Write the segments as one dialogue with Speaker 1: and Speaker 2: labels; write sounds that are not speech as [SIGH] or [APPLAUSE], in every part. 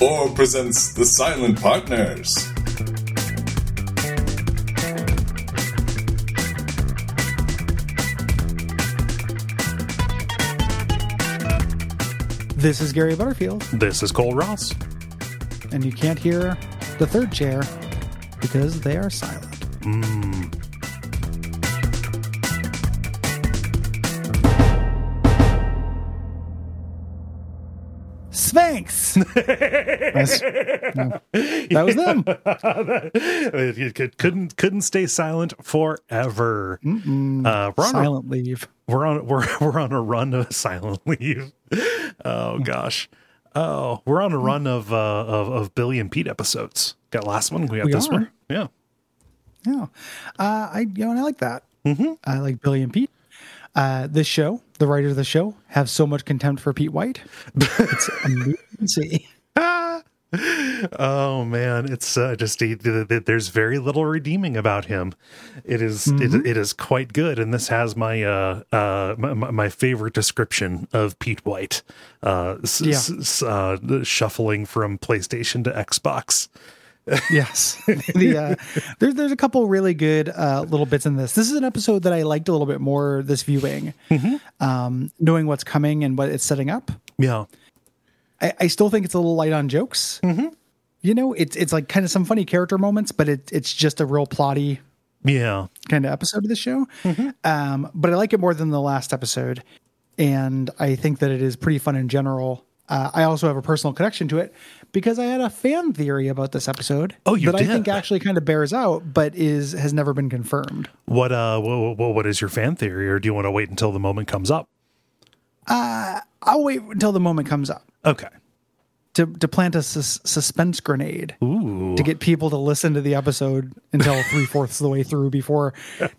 Speaker 1: Or presents The Silent Partners.
Speaker 2: This is Gary Butterfield,
Speaker 3: This is Cole Ross. [LAUGHS]
Speaker 2: and you can't hear the third chair because they are silent. Mm. Sphinx. That's- no. that was them.
Speaker 3: It, it could- couldn't couldn't stay silent forever. Uh, we're, on a,
Speaker 2: Silent leave.
Speaker 3: we're on we're [LAUGHS] we're on a run of silent leave. Oh gosh. Oh, we're on a run of uh, of, of Billy and Pete episodes. Got last one. We got
Speaker 2: We
Speaker 3: this
Speaker 2: are.
Speaker 3: one. Yeah.
Speaker 2: Yeah, uh, I you know, and I like that. Mm-hmm. I like Billy and Pete. Uh, this show, the writers of the show, have so much contempt for Pete White. It's amazing.
Speaker 3: Oh man, it's uh, just he, th- th- there's very little redeeming about him. It is- it, it is quite good, and this has my uh uh my, my- my favorite description of Pete White, uh, s-
Speaker 2: Yeah.
Speaker 3: s- s- uh the shuffling from PlayStation to Xbox.
Speaker 2: Yes. [LAUGHS] the uh, there's there's a couple really good uh, little bits in this. This is an episode that I liked a little bit more this viewing, um, knowing what's coming and what it's setting up.
Speaker 3: Yeah,
Speaker 2: I, I still think it's a little light on jokes. You know, it's it's like kind of some funny character moments, but it it's just a real plotty
Speaker 3: yeah,
Speaker 2: kind of episode of the show.
Speaker 3: Mm-hmm.
Speaker 2: Um, but I like it more than the last episode, and I think that it is pretty fun in general. Uh, I also have a personal connection to it because I had a fan theory about this episode.
Speaker 3: Oh, you
Speaker 2: that
Speaker 3: did?
Speaker 2: I think actually kind of bears out, but is has never been confirmed.
Speaker 3: What uh, what, what, what is your fan theory, or do you want to wait until the moment comes up?
Speaker 2: I'll wait until the moment comes up
Speaker 3: Okay.
Speaker 2: to to plant a sus- suspense grenade.
Speaker 3: Ooh.
Speaker 2: To get people to listen to the episode until three fourths of the way through
Speaker 3: [LAUGHS]
Speaker 2: before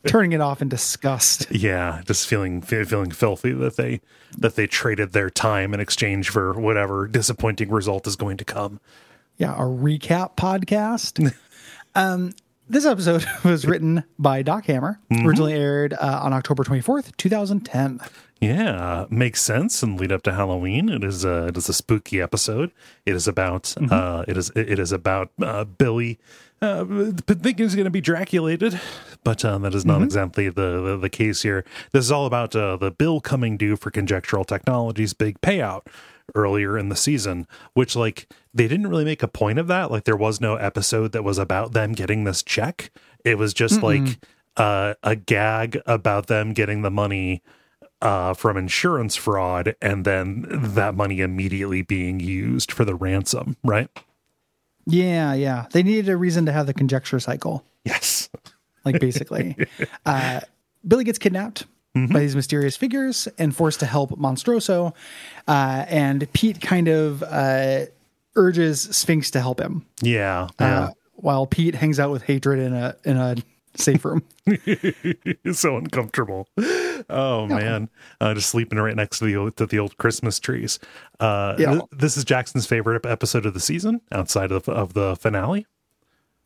Speaker 2: turning it off in disgust.
Speaker 3: Yeah, just feeling fe- feeling filthy that they that they traded their time in exchange for whatever disappointing result is going to come.
Speaker 2: yeah, a recap podcast. um, this episode [LAUGHS] was written by Doc Hammer, originally aired uh, on October 24th, 2010.
Speaker 3: Yeah, uh, makes sense and lead up to Halloween. It is a it is a spooky episode. It is about uh it is it is about uh Billy uh thinking he's going to be draculated, but um that is not exactly the, the the case here. This is all about uh, the bill coming due for Conjectural Technologies big payout earlier in the season, which like they didn't really make a point of that. Like there was no episode that was about them getting this check. It was just like uh, a gag about them getting the money uh, from insurance fraud and then that money immediately being used for the ransom, right?
Speaker 2: Yeah, yeah. They needed a reason to have the conjecture cycle,
Speaker 3: Yes.
Speaker 2: like basically. uh, Billy gets kidnapped by these mysterious figures and forced to help Monstroso. Uh, and Pete kind of uh, urges Sphinx to help him
Speaker 3: Yeah.
Speaker 2: uh, while Pete hangs out with hatred in a, in a safe room.
Speaker 3: yeah. [LAUGHS] so uncomfortable. Oh man. Uh, just sleeping right next to the old, to the old Christmas trees. Uh
Speaker 2: Yeah.
Speaker 3: th- this is Jackson's favorite ep- episode of the season outside of of the finale.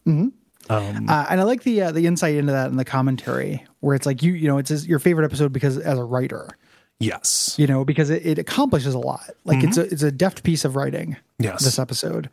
Speaker 2: Uh, and I like the uh, the insight into that in the commentary, where it's like you you know it's his, your favorite episode because as a writer,
Speaker 3: Yes.
Speaker 2: you know because it, it accomplishes a lot. Like it's a it's a deft piece of writing.
Speaker 3: Mm-hmm. Yes.
Speaker 2: this episode,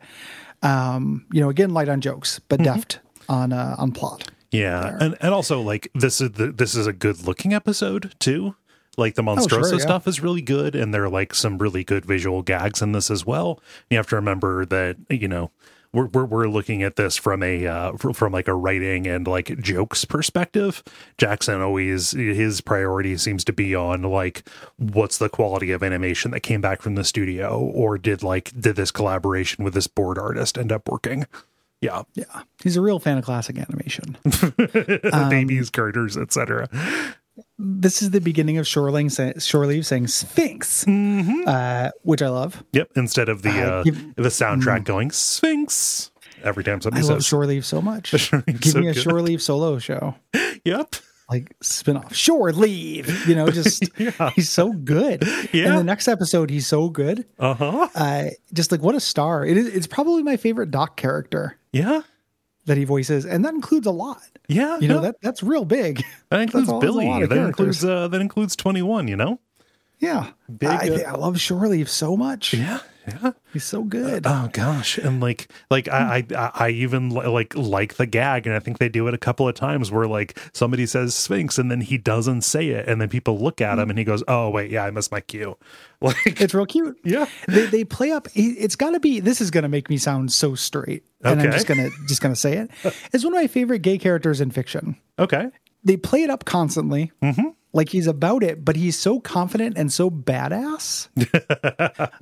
Speaker 2: um, you know, again light on jokes, but
Speaker 3: Mm-hmm.
Speaker 2: deft on uh, on plot.
Speaker 3: Yeah, and and also like this is the, this is a good looking episode too. Like the
Speaker 2: Oh, sure,
Speaker 3: Monstroso
Speaker 2: yeah.
Speaker 3: stuff is really good, and there are like some really good visual gags in this as well. You have to remember that you know we're we're, we're looking at this from a uh, fr- from like a writing and like jokes perspective. Jackson always his priority seems to be on like what's the quality of animation that came back from the studio, or did like did this collaboration with this board artist end up working? Yeah,
Speaker 2: Yeah, he's a real fan of classic animation.
Speaker 3: [LAUGHS]
Speaker 2: um,
Speaker 3: babies, girders, etc.
Speaker 2: this is the beginning of Shoreline sa- Shoreleave saying
Speaker 3: [LAUGHS]
Speaker 2: Sphinx, uh, which I love.
Speaker 3: Yep. Instead of the uh,
Speaker 2: give- mm.
Speaker 3: the soundtrack going Sphinx every time
Speaker 2: I
Speaker 3: somebody
Speaker 2: love
Speaker 3: says
Speaker 2: Shoreleave so
Speaker 3: [LAUGHS]
Speaker 2: much.
Speaker 3: Shoreleave's
Speaker 2: Give
Speaker 3: so
Speaker 2: me a
Speaker 3: good.
Speaker 2: Shoreleave solo show.
Speaker 3: Yep.
Speaker 2: like spin-off shore leave you know
Speaker 3: [LAUGHS]
Speaker 2: just he's so good
Speaker 3: Yeah.
Speaker 2: and the next episode he's so good
Speaker 3: Uh huh.
Speaker 2: uh just like what a star it is it's probably my favorite doc character
Speaker 3: Yeah.
Speaker 2: that he voices and that includes a lot
Speaker 3: Yeah.
Speaker 2: you know
Speaker 3: no,
Speaker 2: that that's real big [LAUGHS]
Speaker 3: that includes
Speaker 2: all- that's a
Speaker 3: Billy.
Speaker 2: lot
Speaker 3: That
Speaker 2: of characters.
Speaker 3: includes uh, that includes twenty one. You know.
Speaker 2: yeah
Speaker 3: Big,
Speaker 2: I,
Speaker 3: uh,
Speaker 2: I love shore leave so much
Speaker 3: Yeah. Yeah.
Speaker 2: He's so good.
Speaker 3: Oh gosh, and like like I I, I even li- like like the gag, and I think they do it a couple of times where like somebody says Sphinx, and then he doesn't say it, and then people look at him, and he goes, "Oh wait, yeah, I missed my cue." [LAUGHS] Like
Speaker 2: it's real cute.
Speaker 3: yeah,
Speaker 2: They, they play up. he- It's got to be. This is going to make me sound so straight, and I'm
Speaker 3: Okay.
Speaker 2: just gonna just gonna say
Speaker 3: [LAUGHS]
Speaker 2: it. It's one of my favorite gay characters in fiction.
Speaker 3: okay,
Speaker 2: They play it up constantly,
Speaker 3: Mm-hmm.
Speaker 2: like he's about it, but he's so confident and so
Speaker 3: [LAUGHS]
Speaker 2: badass.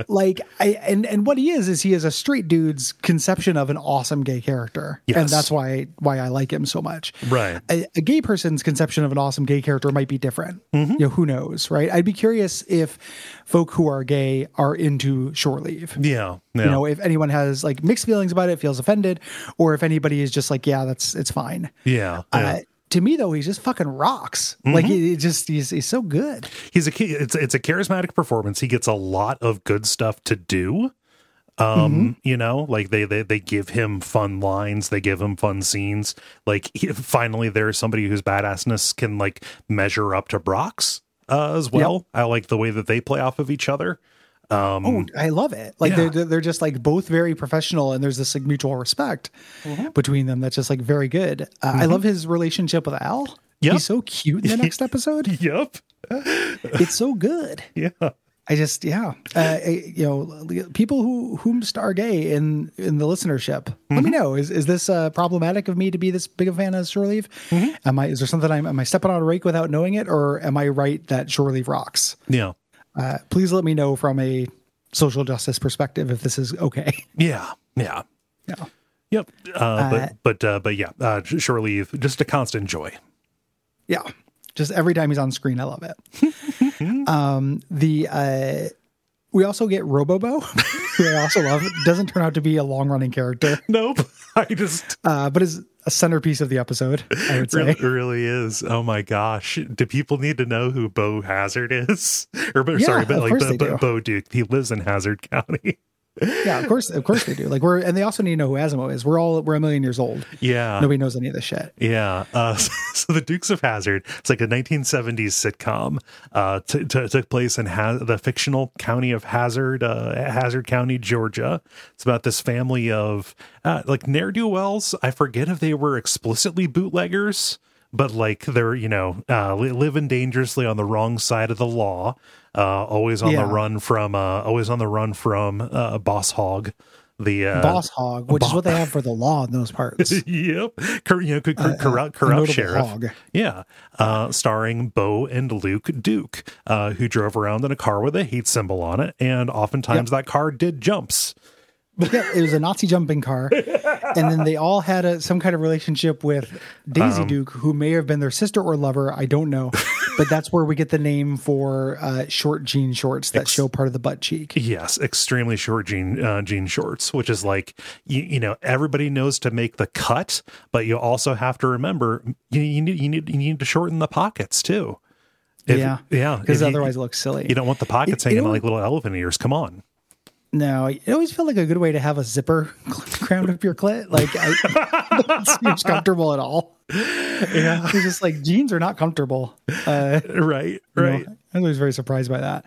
Speaker 2: like I and and what he is is he is a straight dude's conception of an awesome gay character, and
Speaker 3: Yes.
Speaker 2: that's why why I like him so much.
Speaker 3: right,
Speaker 2: a, a gay person's conception of an awesome gay character might be different.
Speaker 3: Mm-hmm.
Speaker 2: You know, who knows, right? I'd be curious if folk who are gay are into shore leave.
Speaker 3: yeah, yeah.
Speaker 2: You know, if anyone has like mixed feelings about it, feels offended, or if anybody is just like, yeah, that's it's fine.
Speaker 3: yeah, yeah.
Speaker 2: Uh, to me, though, he just fucking rocks. Like,
Speaker 3: Mm-hmm.
Speaker 2: he, he just he's, he's so good.
Speaker 3: he's a ki- it's it's a charismatic performance. He gets a lot of good stuff to do. Um, you know, like they they they give him fun lines, they give him fun scenes. Like he, finally, there's somebody whose badassness can like measure up to Brock's uh, as well. I like the way that they play off of each other. Um,
Speaker 2: Oh, I love it. Like
Speaker 3: Yeah.
Speaker 2: they're they're just like both very professional, and there's this like mutual respect
Speaker 3: Mm-hmm.
Speaker 2: between them that's just like very good. Uh, I love his relationship with Al.
Speaker 3: Yep.
Speaker 2: He's so cute in
Speaker 3: [LAUGHS]
Speaker 2: the next episode.
Speaker 3: yep,
Speaker 2: It's so good.
Speaker 3: yeah,
Speaker 2: I just yeah, uh, I- you know, people who whom star gay in in the listenership. Let me know is is this uh, problematic of me to be this big a fan of Shore Leave? Am I is there something I'm am I stepping on a rake without knowing it, or am I right that Shore Leave rocks?
Speaker 3: yeah.
Speaker 2: Uh, please let me know from a social justice perspective if this is okay. [LAUGHS]
Speaker 3: Yeah, yeah,
Speaker 2: Yeah.
Speaker 3: Yep. Uh, but but uh, but yeah, uh, sure leave. Just a constant joy.
Speaker 2: Yeah. Just every time he's on screen, I love it. um, the uh, we also get Robobo, [LAUGHS] who I also love. Doesn't turn out to be a long running character,
Speaker 3: Nope. [LAUGHS] I just
Speaker 2: uh, but is a centerpiece of the episode. I would say.
Speaker 3: [LAUGHS] really, really is. Oh my gosh. Do people need to know who Bo Hazard is? [LAUGHS] Or but,
Speaker 2: Yeah,
Speaker 3: sorry, but
Speaker 2: of
Speaker 3: like
Speaker 2: course
Speaker 3: Bo,
Speaker 2: they
Speaker 3: Bo,
Speaker 2: do.
Speaker 3: Bo Duke. He lives in Hazard County. [LAUGHS]
Speaker 2: Yeah, of course, of course they do. Like we're and they also need to know who Asimo is. We're all we're a million years old.
Speaker 3: Yeah.
Speaker 2: Nobody knows any of this shit.
Speaker 3: Yeah. Uh, [LAUGHS] so, the Dukes of Hazard. It's like a 1970s sitcom. Uh, t- t- took place in ha- the fictional county of Hazard, uh, Hazard County, Georgia. It's about this family of uh, like ne'er do wells. I forget if they were explicitly bootleggers, but like they're you know uh, li- living dangerously on the wrong side of the law. Uh, always on
Speaker 2: Yeah.
Speaker 3: the run from uh, always on the run from uh, Boss Hog. The uh,
Speaker 2: Boss hog, which
Speaker 3: bo-
Speaker 2: is what they have for the law in those parts.
Speaker 3: [LAUGHS] yep. Cor- you know, cor- cor- corrupt,
Speaker 2: a
Speaker 3: corrupt
Speaker 2: Uh, notable
Speaker 3: sheriff.
Speaker 2: hog.
Speaker 3: Yeah. Uh, starring Bo and Luke Duke, uh, who drove around in a car with a hate symbol on it. And oftentimes that car did jumps.
Speaker 2: yeah, it was a Nazi jumping car, and then they all had a, some kind of relationship with Daisy
Speaker 3: Um,
Speaker 2: Duke, who may have been their sister or lover. I don't
Speaker 3: [LAUGHS]
Speaker 2: know, but that's where we get the name for uh, short jean shorts that show part of the butt cheek.
Speaker 3: Yes. Extremely short jean, uh, jean shorts, which is like, you, you know, everybody knows to make the cut, but you also have to remember you, you need, you need, you need to shorten the pockets too. If-
Speaker 2: yeah,
Speaker 3: Yeah.
Speaker 2: because
Speaker 3: If you-
Speaker 2: otherwise it looks silly.
Speaker 3: you don't want the pockets
Speaker 2: It- it
Speaker 3: hanging
Speaker 2: always-
Speaker 3: like little elephant ears. Come on.
Speaker 2: No, it always felt like a good way to have a zipper [LAUGHS] crammed up your clit. Like, I, [LAUGHS] it seems comfortable at all. Yeah, it's just like jeans are not comfortable. Uh,
Speaker 3: Right.
Speaker 2: you know,
Speaker 3: Right.
Speaker 2: I was very surprised by that.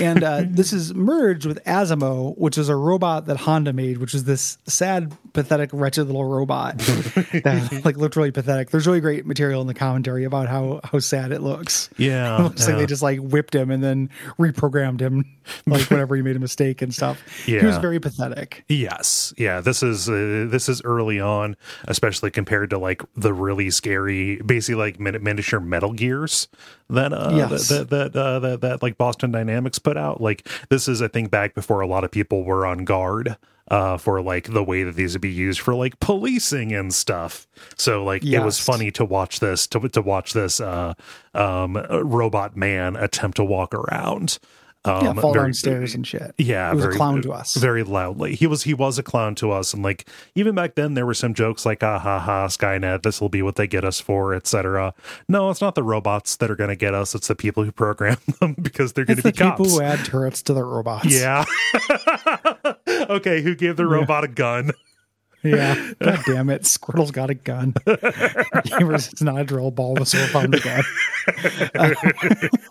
Speaker 2: And uh, this is merged with Asimo, which is a robot that Honda made, which is this sad, pathetic, wretched little
Speaker 3: [LAUGHS]
Speaker 2: robot that like looked really pathetic. There's really great material in the commentary about how how sad it looks.
Speaker 3: Yeah.
Speaker 2: [LAUGHS] It looks like
Speaker 3: yeah.
Speaker 2: they just like whipped him and then reprogrammed him, like whenever he made a mistake and stuff. He was
Speaker 3: Yeah.
Speaker 2: very pathetic.
Speaker 3: Yes, yeah. This is uh, this is early on, especially compared to like the really scary, basically like min- miniature Metal Gears that uh,
Speaker 2: Yes.
Speaker 3: that that, that, uh, that that like Boston Dynamics put out. Like this is, I think, back before a lot of people were on guard uh, for like the way that these would be used for like policing and stuff. So like it was
Speaker 2: Yes.
Speaker 3: funny to watch this to to watch this uh, um, robot man attempt to walk around. Um,
Speaker 2: Yeah, fall
Speaker 3: very-
Speaker 2: downstairs and shit.
Speaker 3: yeah,
Speaker 2: He was a
Speaker 3: very- uh,
Speaker 2: clown to us.
Speaker 3: Very loudly, he was he was a clown to us, and like even back then, there were some jokes like "ah ha ha, Skynet, this will be what they get us for," etc. No, it's not the robots that are going to get us; it's the people who program [LAUGHS] them because they're going
Speaker 2: It's
Speaker 3: to
Speaker 2: the
Speaker 3: be
Speaker 2: people
Speaker 3: cops.
Speaker 2: who add turrets to their robots.
Speaker 3: yeah. [LAUGHS] okay, who gave the robot a gun?
Speaker 2: [LAUGHS] Yeah. God damn it. Squirtle's got a
Speaker 3: [LAUGHS]
Speaker 2: gun. Gamers, it's not a drill ball. The sword found a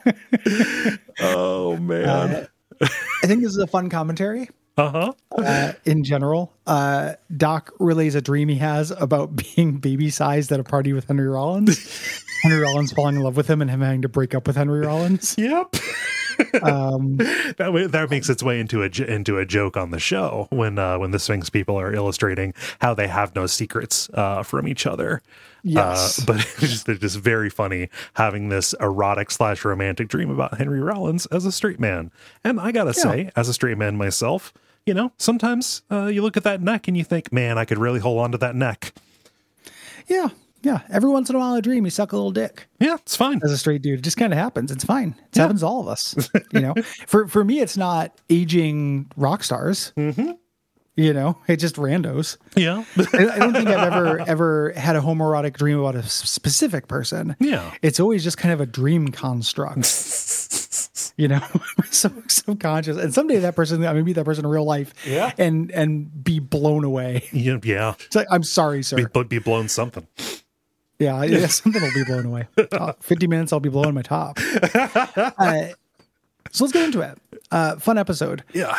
Speaker 2: gun.
Speaker 3: Oh man, [LAUGHS] Oh,
Speaker 2: Uh, I think this is a fun commentary.
Speaker 3: Uh-huh.
Speaker 2: uh, in general. Uh, Doc relays a dream he has about [LAUGHS] being baby sized at a party with Henry Rollins. Henry Rollins falling in love with him and him having to break up with Henry Rollins.
Speaker 3: Yep. [LAUGHS]
Speaker 2: Um,
Speaker 3: that way, that makes its way into a j- into a joke on the show when uh, when the Sphinx people are illustrating how they have no secrets uh, from each other.
Speaker 2: Yes.
Speaker 3: uh, [LAUGHS] but it's just, they're just very funny having this erotic slash romantic dream about Henry Rollins as a straight man. And I gotta say, as a straight man myself, you know, sometimes uh, you look at that neck and you think, man, I could really hold on to that neck.
Speaker 2: Yeah. Yeah. Every once in a while, a dream, you suck a little dick.
Speaker 3: Yeah, it's fine.
Speaker 2: as a straight dude. It just kind of happens. It's fine. It happens to all of us. You [LAUGHS] know, for for me, it's not aging rock stars. You know, it's just randos.
Speaker 3: Yeah, [LAUGHS]
Speaker 2: I, I don't think I've ever [LAUGHS] ever had a homoerotic dream about a s- specific person. [LAUGHS]
Speaker 3: Yeah.
Speaker 2: it's always just kind of a dream [LAUGHS] construct. you know, [LAUGHS] so subconscious, and someday that person, I'm gonna meet that person in real life.
Speaker 3: Yeah.
Speaker 2: and and be blown away.
Speaker 3: yeah, yeah.
Speaker 2: It's like I'm sorry, sir.
Speaker 3: But be blown something.
Speaker 2: Yeah, yeah, [LAUGHS] something will be blown away. Uh, 50 minutes, I'll be blowing my top. Uh, so let's get into it. Uh, fun episode.
Speaker 3: Yeah.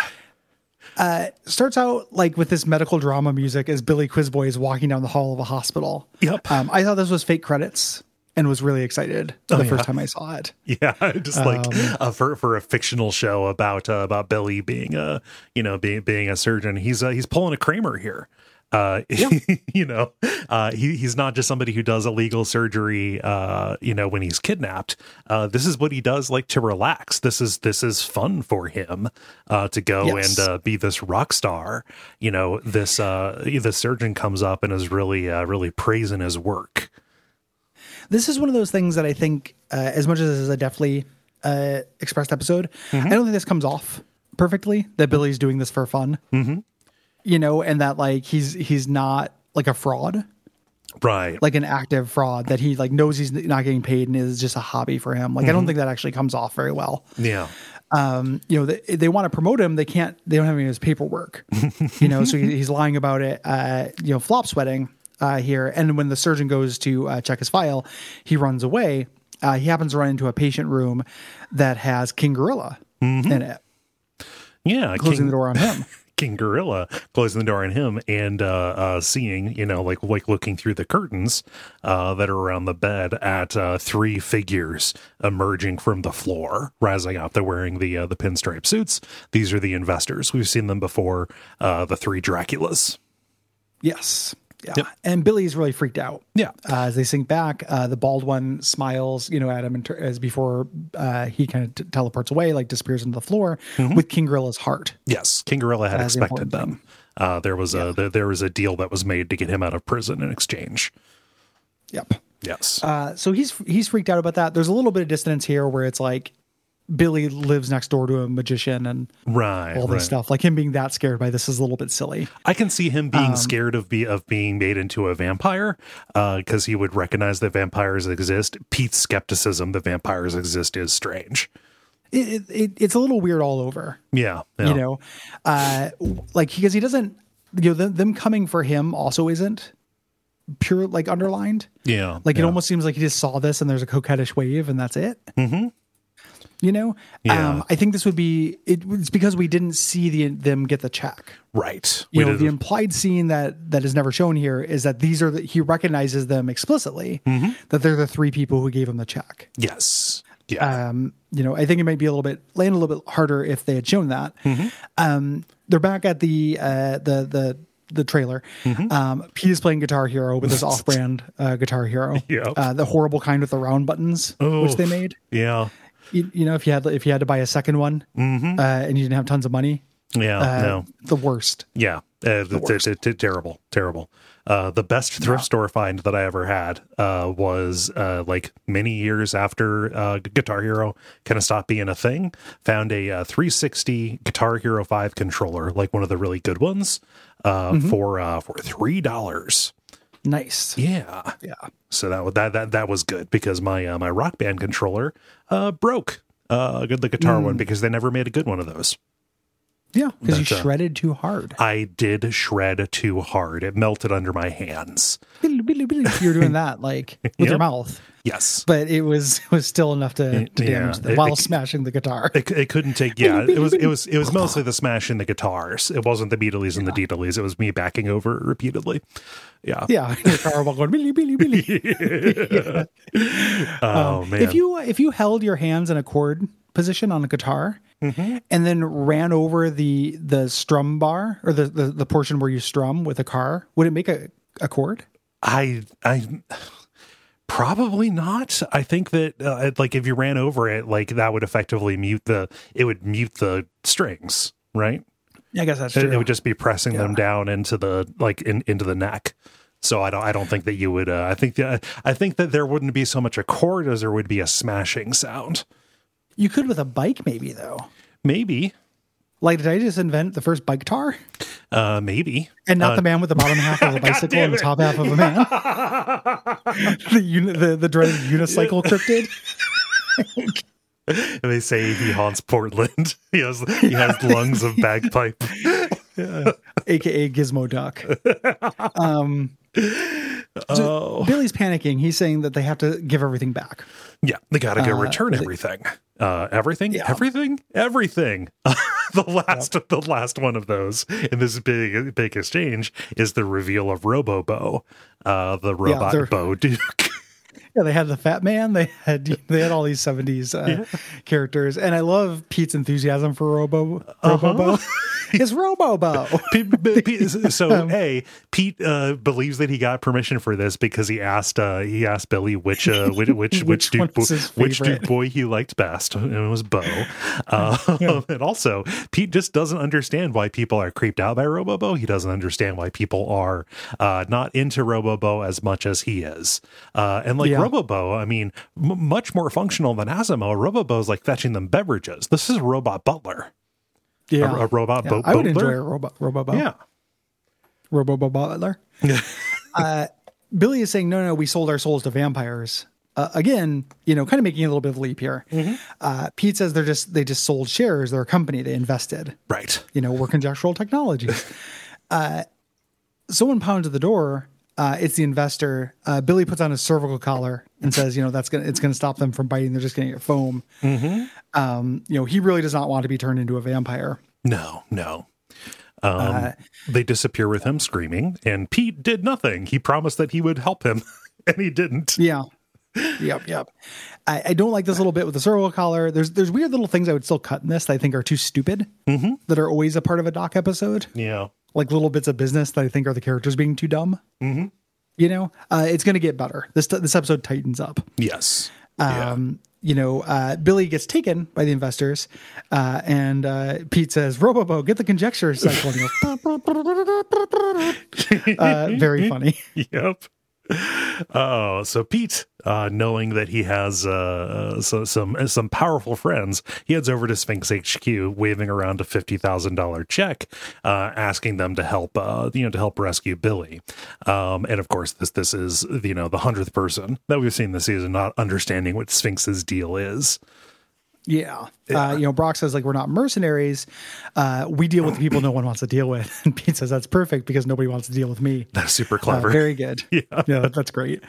Speaker 2: Starts out like with this medical drama music as Billy Quizboy is walking down the hall of a hospital.
Speaker 3: Yep.
Speaker 2: Um, I thought this was fake credits and was really excited the first time I saw it.
Speaker 3: [LAUGHS] Yeah, just like
Speaker 2: Um,
Speaker 3: uh, for for a fictional show about uh, about Billy being a you know being being a surgeon, he's uh, he's pulling a Kramer here. Uh, [LAUGHS] you know, uh, he he's not just somebody who does illegal surgery. Uh, you know, when he's kidnapped, uh, this is what he does, like to relax. This is this is fun for him uh, to go
Speaker 2: Yes.
Speaker 3: and uh, be this rock star. You know, this uh, the surgeon comes up and is really uh, really praising his work.
Speaker 2: This is one of those things that I think, uh, as much as this is a deftly uh, expressed episode, I don't think this comes off perfectly that Billy's doing this for fun. You know, and that like he's he's not like a fraud.
Speaker 3: Right.
Speaker 2: like an active fraud that he like knows he's not getting paid and is just a hobby for him. Like I
Speaker 3: Mm-hmm.
Speaker 2: don't think that actually comes off very well.
Speaker 3: yeah.
Speaker 2: Um, you know, they, they want to promote him. They can't. They don't have any of his
Speaker 3: [LAUGHS]
Speaker 2: paperwork. you know, so he, he's lying about it. Uh, you know, flop sweating uh, here. And when the surgeon goes to uh, check his file, he runs away. Uh, he happens to run into a patient room that has King Gorilla in it, closing
Speaker 3: Yeah. Mm-hmm. King-
Speaker 2: the door on him.
Speaker 3: King Gorilla closing the door on him and uh, uh, seeing, you know, like like looking through the curtains uh, that are around the bed at uh, three figures emerging from the floor, rising up. They're wearing the uh, the pinstripe suits. These are the investors. We've seen them before. Uh, the three Draculas.
Speaker 2: Yes. Yeah.
Speaker 3: Yep.
Speaker 2: And Billy's really freaked out.
Speaker 3: Yeah.
Speaker 2: Uh, as they sink back, uh, the bald one smiles, you know, at him and tur- as before uh, he kind of t- teleports away, like disappears into the floor
Speaker 3: Mm-hmm.
Speaker 2: with King Gorilla's heart.
Speaker 3: Yes, King Gorilla had
Speaker 2: That's the
Speaker 3: expected
Speaker 2: important
Speaker 3: them. Uh, there was a there, there was a deal that was made to get him out of prison in exchange.
Speaker 2: Yep.
Speaker 3: Yes.
Speaker 2: Uh, so he's he's freaked out about that. There's a little bit of dissonance here where it's like Billy lives next door to a magician and
Speaker 3: right.
Speaker 2: all this
Speaker 3: right.
Speaker 2: stuff. Like him being that scared by this is a little bit silly.
Speaker 3: I can see him
Speaker 2: Um,
Speaker 3: being scared of be of being made into a vampire, because he would recognize that vampires exist. Pete's skepticism that vampires exist is strange.
Speaker 2: It, it, it, it's a little weird all over.
Speaker 3: Yeah,
Speaker 2: you know uh like because he doesn't you know them, them coming for him also isn't pure like underlined
Speaker 3: yeah,
Speaker 2: like
Speaker 3: yeah.
Speaker 2: it almost seems like he just saw this and there's a coquettish wave and that's it mm-hmm. you know
Speaker 3: Yeah.
Speaker 2: um i think this would be it, it's because we didn't see the them get the check
Speaker 3: right.
Speaker 2: you
Speaker 3: We
Speaker 2: know
Speaker 3: did-
Speaker 2: the implied scene that that is never shown here is that these are the, he recognizes them explicitly
Speaker 3: Mm-hmm.
Speaker 2: that they're the three people who gave him the check
Speaker 3: yes, yeah,
Speaker 2: um, you know, I think it might be a little bit land a little bit harder if they had shown that.
Speaker 3: Mm-hmm.
Speaker 2: Um, they're back at the uh, the the the trailer.
Speaker 3: Mm-hmm.
Speaker 2: Um, Pete is playing Guitar Hero with his off-brand uh, Guitar Hero,
Speaker 3: [LAUGHS] Yep.
Speaker 2: uh, the horrible kind with the round buttons, which they
Speaker 3: Oof.
Speaker 2: made.
Speaker 3: yeah,
Speaker 2: You, you know, if you had if you had to buy a second one uh, and you didn't have tons of money,
Speaker 3: yeah.
Speaker 2: uh,
Speaker 3: Mm-hmm. no,
Speaker 2: the worst.
Speaker 3: Yeah, uh, t- t- t- t- terrible, terrible. Uh, the best thrift store find that I ever had uh, was uh, like many years after uh, Gu- Guitar Hero kind of stopped being a thing. Found a uh, 360 Guitar Hero 5 controller, like one of the really good ones, uh, for uh, for three dollars.
Speaker 2: Nice.
Speaker 3: Yeah,
Speaker 2: Yeah.
Speaker 3: so that wa- that that that was good because my uh, my Rock Band controller uh, broke. Uh, the guitar one because they never made a good one of those.
Speaker 2: Yeah, because you
Speaker 3: But, uh,
Speaker 2: shredded too hard.
Speaker 3: I did shred too hard. It melted under my hands.
Speaker 2: You're doing that like with your
Speaker 3: [LAUGHS] Yep.
Speaker 2: mouth,
Speaker 3: Yes.
Speaker 2: but it was [LAUGHS] it was still enough to, to
Speaker 3: Yeah,
Speaker 2: damage them
Speaker 3: it-
Speaker 2: while
Speaker 3: it-
Speaker 2: smashing the guitar.
Speaker 3: It, it couldn't take yeah it was it was it was mostly the smash and the guitars it wasn't the beatles and the Beatles. it was me backing over repeatedly yeah, [LAUGHS]
Speaker 2: yeah, [LAUGHS] your car while going billy billy billy.
Speaker 3: oh man
Speaker 2: Um, If you uh, if you held your hands in a chord position on a guitar and then ran over the the strum bar or the, the the portion where you strum with a car, would it make a a chord?
Speaker 3: I I probably not. I think that uh, it- like if you ran over it, like that would effectively mute the it would mute the strings, right?
Speaker 2: I guess that's
Speaker 3: It-
Speaker 2: true.
Speaker 3: It, would just be pressing them down into the like in, into the neck. So I don't I don't think that you would. Uh, I think that I think that there wouldn't be so much a chord as there would be a smashing sound.
Speaker 2: you could with a bike, maybe though.
Speaker 3: Maybe,
Speaker 2: Like, did I just invent the first bike tar?
Speaker 3: uh, maybe.
Speaker 2: And not the man with the bottom half [LAUGHS] of a bicycle
Speaker 3: damn
Speaker 2: and the
Speaker 3: it.
Speaker 2: top half of a man. [LAUGHS] the, uni- the the dreaded unicycle cryptid. [LAUGHS]
Speaker 3: And they say he haunts Portland. [LAUGHS] he has he has lungs of bagpipe.
Speaker 2: aka Gizmo [LAUGHS] Duck. Um,
Speaker 3: Oh.
Speaker 2: Billy's panicking. He's saying that they have to give everything back.
Speaker 3: Yeah, they got to go return everything. Uh, everything, everything, everything. [LAUGHS] the last, the last one of those in this big, big exchange is the reveal of Robobo, uh, the robot
Speaker 2: they're-
Speaker 3: Bo Duke.
Speaker 2: Yeah, they had the fat man. They had [LAUGHS] they had all these seventies uh, characters, and I love Pete's enthusiasm for Robo
Speaker 3: Uh-huh. [LAUGHS]
Speaker 2: Robobo. it's Robobo.
Speaker 3: P- p- p-
Speaker 2: [LAUGHS]
Speaker 3: so
Speaker 2: Um,
Speaker 3: a Pete uh, believes that he got permission for this because he asked uh, he asked Billy
Speaker 2: [LAUGHS]
Speaker 3: which uh, which which, which
Speaker 2: Which one
Speaker 3: Duke boy,
Speaker 2: was his
Speaker 3: which Duke
Speaker 2: favorite?
Speaker 3: boy he liked best, and it was
Speaker 2: [LAUGHS]
Speaker 3: Bo. Uh, And also, Pete just doesn't understand why people are creeped out by Robobo. He doesn't understand why people are uh, not into Robobo as much as he is. Uh, and like
Speaker 2: Yeah.
Speaker 3: Robobo, I mean, m- much more functional than Asimo. Robobo's like fetching them beverages. This is a robot butler, a,
Speaker 2: Yeah,
Speaker 3: a robot
Speaker 2: Yeah,
Speaker 3: boat
Speaker 2: I would enjoy
Speaker 3: butler.
Speaker 2: a Robo Robobo.
Speaker 3: yeah.
Speaker 2: Robobo Butler.
Speaker 3: [LAUGHS]
Speaker 2: uh, Billy is saying, no, no, we sold our souls to vampires. Uh, again, you know, kind of making a little bit of a leap here.
Speaker 3: Mm-hmm.
Speaker 2: Uh, Pete says they're just they just sold shares. They're a company. They invested.
Speaker 3: Right.
Speaker 2: You know, we're conjectural technologies. uh, someone pounds at the door. Uh, it's the investor. Uh, Billy puts on his cervical collar and says, you know, that's gonna it's gonna stop them from biting. They're just gonna get foam. Um, you know, he really does not want to be turned into a vampire.
Speaker 3: No, no. Um, they disappear with him screaming, and Pete did nothing. He promised that he would help him, [LAUGHS] and he didn't.
Speaker 2: Yeah. Yep, yep. I, I don't like this little bit with the cervical collar. There's there's weird little things I would still cut in this that I think are too stupid that are always a part of a doc episode.
Speaker 3: Yeah.
Speaker 2: Like little bits of business that I think are the characters being too dumb. Mm-hmm. You know, uh, it's going to get better. This this episode tightens up.
Speaker 3: Yes.
Speaker 2: Um, You know, uh, Billy gets taken by the investors, uh, and uh, Pete says, "Robobo, get the conjecture cycle." And he goes, [LAUGHS] uh, very funny.
Speaker 3: [LAUGHS] yep. Oh, so Pete, uh, knowing that he has uh, so, some some powerful friends, he heads over to Sphinx HQ, waving around a fifty thousand dollar check, uh, asking them to help, uh, you know, to help rescue Billy. Um, and of course, this this is you know the hundredth person that we've seen this season not understanding what Sphinx's deal is.
Speaker 2: Yeah. Uh, you know, Brock says, like, we're not mercenaries. Uh, we deal with the people no one wants to deal with. [LAUGHS] And Pete says, that's perfect because nobody wants to deal with me.
Speaker 3: That's super
Speaker 2: Uh,
Speaker 3: clever.
Speaker 2: very good. yeah. that- that's great.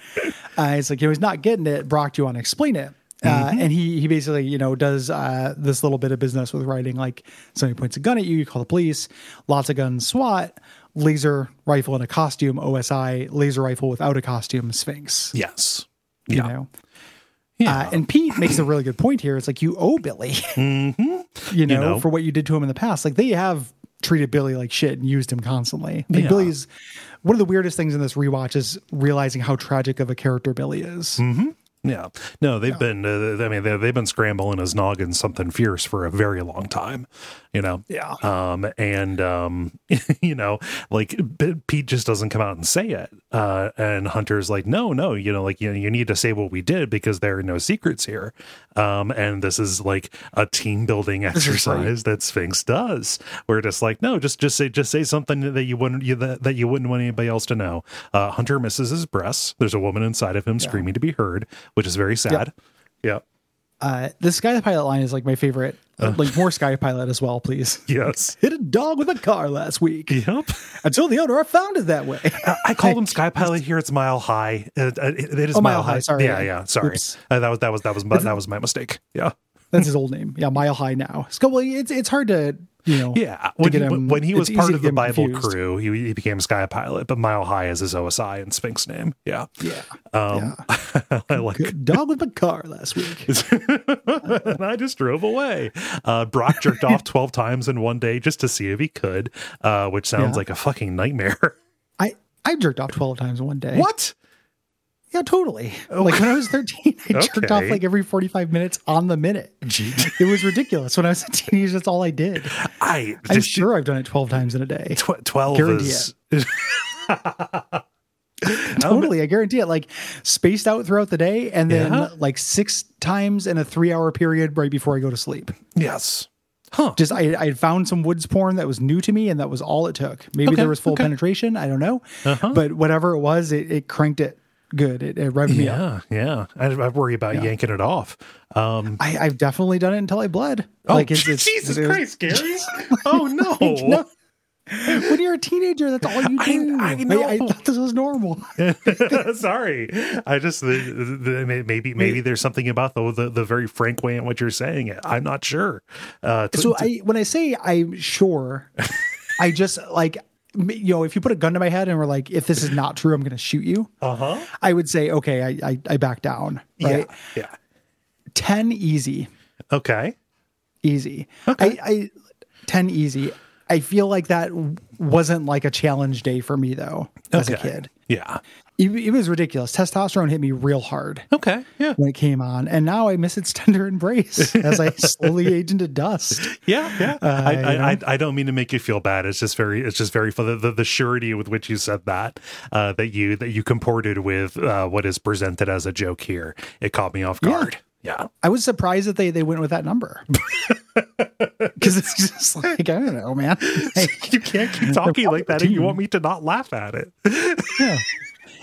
Speaker 2: Uh, he's like, you know, he's not getting it. Brock, do you want to explain it? Uh, And he he basically you know does uh, this little bit of business with writing like somebody points a gun at you, you call the police, lots of guns, SWAT, laser rifle in a costume, OSI, laser rifle without a costume, Sphinx.
Speaker 3: yes.
Speaker 2: You
Speaker 3: Yeah.
Speaker 2: know, uh, and Pete makes a really good point here. It's like you owe Billy, [LAUGHS] you, know,
Speaker 3: Mm-hmm. know.
Speaker 2: for what you did to him in the past. Like they have treated Billy like shit and used him constantly. Like
Speaker 3: Yeah.
Speaker 2: Billy's one of the weirdest things in this rewatch is realizing how tragic of a character Billy is.
Speaker 3: Hmm. Yeah. No, they've been, uh, I mean, they- they've been scrambling his noggin something fierce for a very long time, you know?
Speaker 2: Yeah.
Speaker 3: Um, and, um, [LAUGHS] you know, like B- Pete just doesn't come out and say it. Uh, and Hunter's like, no, no, you know, like, you, you need to say what we did because there are no secrets here. Um, and this is like a team building [LAUGHS]
Speaker 2: is great.
Speaker 3: exercise that Sphinx does. We're just like, no, just, just say, just say something that you wouldn't, you, that, that you wouldn't want anybody else to know. Uh, Hunter misses his breasts. There's a woman inside of him screaming to be heard, which is very sad. Yeah.
Speaker 2: Uh, the Sky Pilot line is like my favorite.
Speaker 3: Uh.
Speaker 2: Like more Sky Pilot as well, please.
Speaker 3: Yes.
Speaker 2: Hit a dog with a car last week.
Speaker 3: Yep.
Speaker 2: Until the owner found it that way. [LAUGHS]
Speaker 3: Uh, I called [LAUGHS] him Sky Pilot. Here it's Mile High. Uh, uh, it it is
Speaker 2: Oh,
Speaker 3: Mile,
Speaker 2: Mile
Speaker 3: High.
Speaker 2: High, sorry.
Speaker 3: Yeah, yeah. Sorry.
Speaker 2: Oops.
Speaker 3: Uh, that was that was that was my, that was my mistake. Yeah.
Speaker 2: That's his old name. Yeah, Mile High now. So, well, it's it's hard to you know.
Speaker 3: Yeah. When,
Speaker 2: get
Speaker 3: he,
Speaker 2: him-
Speaker 3: when he was
Speaker 2: it's
Speaker 3: part
Speaker 2: easy
Speaker 3: of
Speaker 2: to
Speaker 3: the
Speaker 2: get
Speaker 3: Bible
Speaker 2: confused.
Speaker 3: crew, he, he became Sky Pilot, but Mile High is his OSI and Sphinx name. Yeah.
Speaker 2: Yeah.
Speaker 3: Um, [LAUGHS] I like
Speaker 2: Good dog with a car last week.
Speaker 3: and I just drove away. Uh, Brock jerked [LAUGHS] off 12 times in one day just to see if he could, uh, which sounds
Speaker 2: Yeah.
Speaker 3: like a fucking nightmare.
Speaker 2: I I jerked off twelve times in one day.
Speaker 3: what? Oh.
Speaker 2: Yeah, totally. Like when I was thirteen, I jerked off
Speaker 3: Okay.
Speaker 2: like every forty-five minutes on the minute. It was ridiculous. When I was a teenager, that's all I did.
Speaker 3: I
Speaker 2: I'm
Speaker 3: just
Speaker 2: sure I've done it twelve times in a day.
Speaker 3: tw- 12
Speaker 2: Guarantee
Speaker 3: is.
Speaker 2: Totally, I guarantee it. Like spaced out throughout the day, and then
Speaker 3: Yeah.
Speaker 2: like six times in a three-hour period right before I go to sleep.
Speaker 3: [LAUGHS] Yes. Huh.
Speaker 2: just I, I had found some woods porn that was new to me and that was all it took maybe
Speaker 3: Okay,
Speaker 2: there was full
Speaker 3: okay. Uh-huh.
Speaker 2: penetration i don't know but whatever it was it, it cranked it good it, it revved me up
Speaker 3: Yeah. Yeah. I, I worry about yanking it off. Um,
Speaker 2: I, i've definitely done it until i bled
Speaker 3: oh,
Speaker 2: it's-
Speaker 3: Jesus
Speaker 2: it was-
Speaker 3: Christ, Gary. [LAUGHS] oh, no.
Speaker 2: no. when you're a teenager that's all you
Speaker 3: [LAUGHS] I-
Speaker 2: do
Speaker 3: I
Speaker 2: I,
Speaker 3: know.
Speaker 2: thought this was normal
Speaker 3: [LAUGHS] Sorry, I just the, the, may- maybe maybe there's something about the, the the very frank way in which you're saying it. I'm not sure. Uh, t-
Speaker 2: so
Speaker 3: t-
Speaker 2: i when i say i'm
Speaker 3: [LAUGHS]
Speaker 2: sure i just like m- you know if you put a gun to my head and were like if this is not true i'm gonna shoot you
Speaker 3: uh-huh.
Speaker 2: i would say okay i i, I back down right
Speaker 3: Yeah. Yeah.
Speaker 2: 10 easy
Speaker 3: Okay.
Speaker 2: easy. I, I ten easy. I feel like that w- wasn't like a challenge day for me though as a
Speaker 3: Okay.
Speaker 2: kid.
Speaker 3: Yeah.
Speaker 2: It, it was ridiculous. Testosterone hit me real hard
Speaker 3: Okay. Yeah.
Speaker 2: when it came on, and now I miss its [LAUGHS] tender embrace as I
Speaker 3: [LAUGHS]
Speaker 2: slowly age into dust.
Speaker 3: Yeah. Uh, Yeah. I, I, I I don't mean to make you feel bad. It's just very it's just very for the, the the surety with which you said that uh, that you that you comported with uh, what is presented as a joke here. It caught me off guard. [LAUGHS] Yeah.
Speaker 2: I was surprised that they they went with that number [LAUGHS] because it's just like I don't know, man. Like,
Speaker 3: [LAUGHS] You can't keep talking like that, and you want me to not laugh at it. [LAUGHS]
Speaker 2: yeah.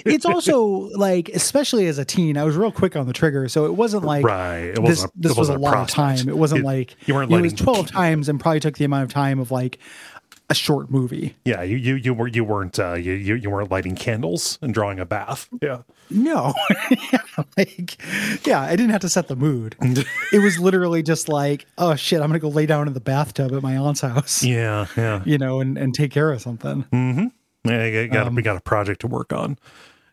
Speaker 2: It's also like, especially as a teen, I was real quick on the trigger, so it wasn't like
Speaker 3: Right. It wasn't
Speaker 2: this,
Speaker 3: a-
Speaker 2: this
Speaker 3: it
Speaker 2: was a
Speaker 3: wasn't a
Speaker 2: long
Speaker 3: prospect.
Speaker 2: time. It wasn't
Speaker 3: You-
Speaker 2: like
Speaker 3: you weren't
Speaker 2: know, It was
Speaker 3: letting-
Speaker 2: twelve times and probably took the amount of time of like a short movie.
Speaker 3: Yeah, you you you were you weren't uh, you, you you weren't lighting candles and drawing a bath. Yeah,
Speaker 2: No, [LAUGHS] like yeah, I didn't have to set the
Speaker 3: [LAUGHS]
Speaker 2: mood. it was literally just like, oh shit, I'm gonna go lay down in the bathtub at my aunt's house,
Speaker 3: yeah, Mm. yeah.
Speaker 2: you know, and and take care of something.
Speaker 3: yeah you got, we got a project to work on. Um,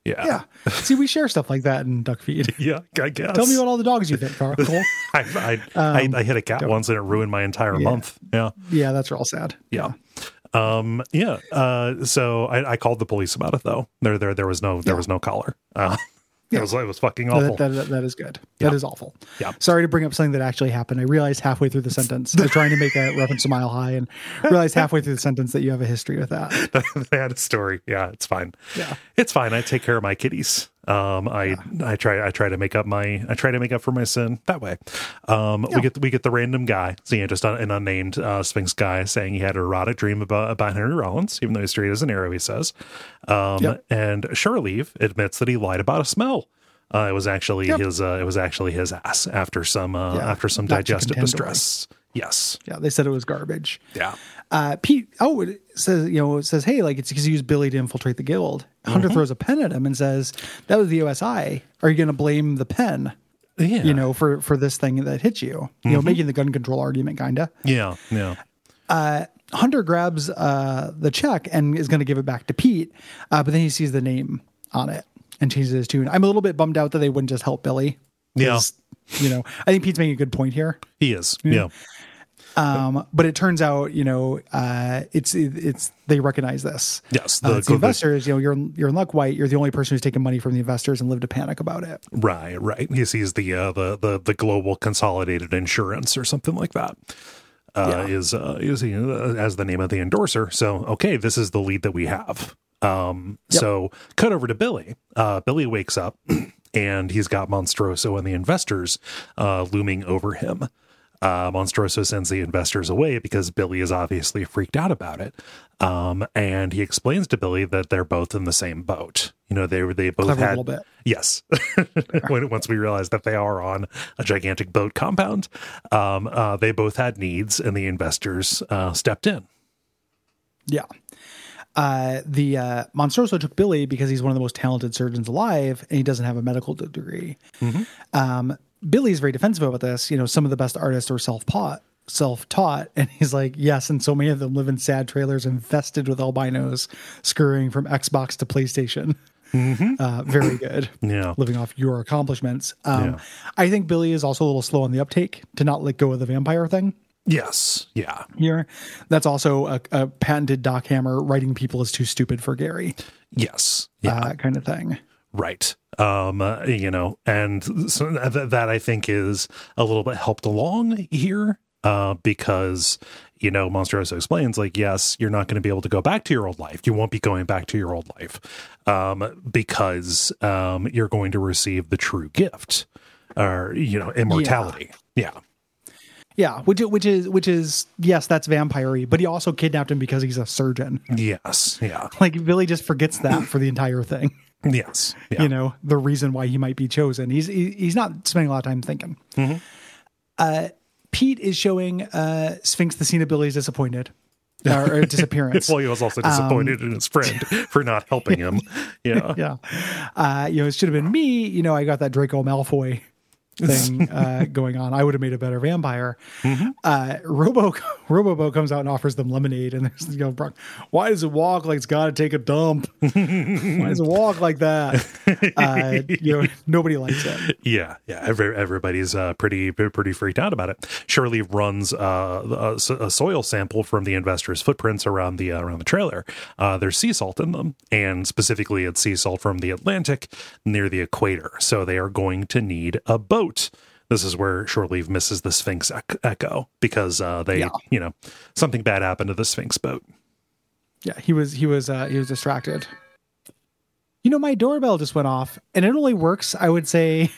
Speaker 3: Yeah,
Speaker 2: Yeah, see, we share stuff like that in Duck Feed.
Speaker 3: yeah. I guess.
Speaker 2: Tell me what all the dogs you think,
Speaker 3: [LAUGHS]
Speaker 2: Carl.
Speaker 3: I I, I I hit a cat once and it ruined my entire month. Um, Yeah,
Speaker 2: yeah, that's all sad.
Speaker 3: yeah, um, yeah. Uh, so I, I called the police about it though. There there there was no there was no collar. Uh, [LAUGHS] it was it was fucking awful.
Speaker 2: That, that, that- that is good. That is awful.
Speaker 3: Yeah.
Speaker 2: Sorry to bring up something that actually happened. I realized halfway through the sentence, I was trying to make a reference to Mile High
Speaker 3: [LAUGHS]
Speaker 2: and realized halfway through the sentence that you have a history with that.
Speaker 3: they had a story. Yeah, it's fine.
Speaker 2: Yeah.
Speaker 3: It's fine. I take care of my kitties. Um, I I try I try to make up my I try to make up for my sin that way. Um, we get we get the random guy, so yeah, just un, an unnamed uh, Sphinx guy saying he had an erotic dream about about Henry Rollins, even though he's straight as an arrow. He says, um,
Speaker 2: Yep.
Speaker 3: and Charleve admits that he lied about a smell. Uh, it was actually
Speaker 2: Yep.
Speaker 3: his uh, it was actually his ass after some uh,
Speaker 2: Yeah.
Speaker 3: after some
Speaker 2: Not
Speaker 3: digestive
Speaker 2: chicken tenderloin.
Speaker 3: distress. Yes.
Speaker 2: Yeah. They said it was garbage.
Speaker 3: Yeah.
Speaker 2: Uh, Pete, oh, it says, you know, it says, hey, like it's because you used Billy to infiltrate the guild. Hunter throws a pen at him and says, that was the OSI. Are you going to blame the pen?
Speaker 3: Yeah.
Speaker 2: You know, for for this thing that hit you, you know, making the gun control argument, kinda.
Speaker 3: Yeah. Yeah.
Speaker 2: Hunter grabs uh, the check and is going to give it back to Pete, uh, but then he sees the name on it and changes his tune. I'm a little bit bummed out that they wouldn't just help Billy.
Speaker 3: Yeah.
Speaker 2: 'Cause, You know, I think Pete's making a good point here.
Speaker 3: He is. Yeah.
Speaker 2: Um, but it turns out, you know, uh, it's it's they recognize this.
Speaker 3: Yes,
Speaker 2: Uh,
Speaker 3: the-
Speaker 2: it's the
Speaker 3: the-
Speaker 2: investors. You know, you're you're in luck, White. You're the only person who's taken money from the investors and lived to panic about it.
Speaker 3: Right, right. He sees the uh, the the the global consolidated insurance or something like that. Uh, Is uh, is you know, as the name of the endorser. So okay, this is the lead that we have. Um, so cut over to Billy. Uh, Billy wakes up [CLEARS THROAT] and he's got Monstroso and the investors uh, looming over him. Uh, Monstroso sends the investors away because Billy is obviously freaked out about it. Um, and he explains to Billy that they're both in the same boat You know, they were they both
Speaker 2: Clever
Speaker 3: had
Speaker 2: little bit.
Speaker 3: Yes. [LAUGHS] when, once we realized that they are on a gigantic boat compound, um, uh, they both had needs, and the investors uh, stepped in.
Speaker 2: Yeah. Uh, the uh, Monstroso took Billy because he's one of the most talented surgeons alive, and he doesn't have a medical d- degree.
Speaker 3: Mm-hmm.
Speaker 2: Um, Billy's very defensive about this. You know, some of the best artists are self-taught, self-taught, and he's like, yes, and so many of them live in sad trailers infested with albinos, scurrying from Xbox to PlayStation.
Speaker 3: Mm-hmm.
Speaker 2: Uh, very good.
Speaker 3: Yeah.
Speaker 2: living off your accomplishments. Um,
Speaker 3: Yeah.
Speaker 2: I think Billy is also a little slow on the uptake to not let go of the vampire thing
Speaker 3: Yes. Yeah.
Speaker 2: here. That's also a, a patented Doc Hammer writing people is too stupid for Gary
Speaker 3: Yes. Yeah.
Speaker 2: uh, kind of thing.
Speaker 3: right. Um, uh, you know, and so that, that I think is a little bit helped along here uh, because, you know, Monstruoso explains, like, yes, you're not going to be able to go back to your old life. You won't be going back to your old life um, because um, you're going to receive the true gift or, you know, immortality. yeah.
Speaker 2: Yeah, which which is which is yes, that's vampire-y, but he also kidnapped him because he's a surgeon. [LAUGHS]
Speaker 3: Yes. Yeah.
Speaker 2: Like Billy just forgets that for the entire thing. [LAUGHS]
Speaker 3: Yes. Yeah.
Speaker 2: You know the reason why he might be chosen. He's he, he's not spending a lot of time thinking.
Speaker 3: Mm-hmm.
Speaker 2: Uh, Pete is showing uh, Sphinx the scene of Billy's
Speaker 3: [LAUGHS]
Speaker 2: disappointed or, or disappearance.
Speaker 3: Well, he was also disappointed in his friend [LAUGHS] for not helping him. Yeah.
Speaker 2: yeah. Uh, you know, it should have been me. You know, I got that Draco Malfoy thing uh, going on. I would have made a better vampire. Uh, Robo [LAUGHS] Robobo comes out and offers them lemonade, and there's you know, Brock, why does it walk like it's got to take a dump? [LAUGHS] why does it walk like that? Uh, you know, nobody likes it.
Speaker 3: Yeah, yeah. Every, everybody's uh, pretty pretty freaked out about it. Shirley runs uh, a, so- a soil sample from the investor's footprints around the uh, around the trailer. Uh, there's sea salt in them, and specifically it's sea salt from the Atlantic near the equator. So they are going to need a boat. This is where Shoreleave misses the Sphinx ec- Echo because uh, they,
Speaker 2: Yeah.
Speaker 3: you know, something bad happened to the Sphinx boat.
Speaker 2: Yeah, he was he was uh, he was distracted. You know, my doorbell just went off, and it only works. I would say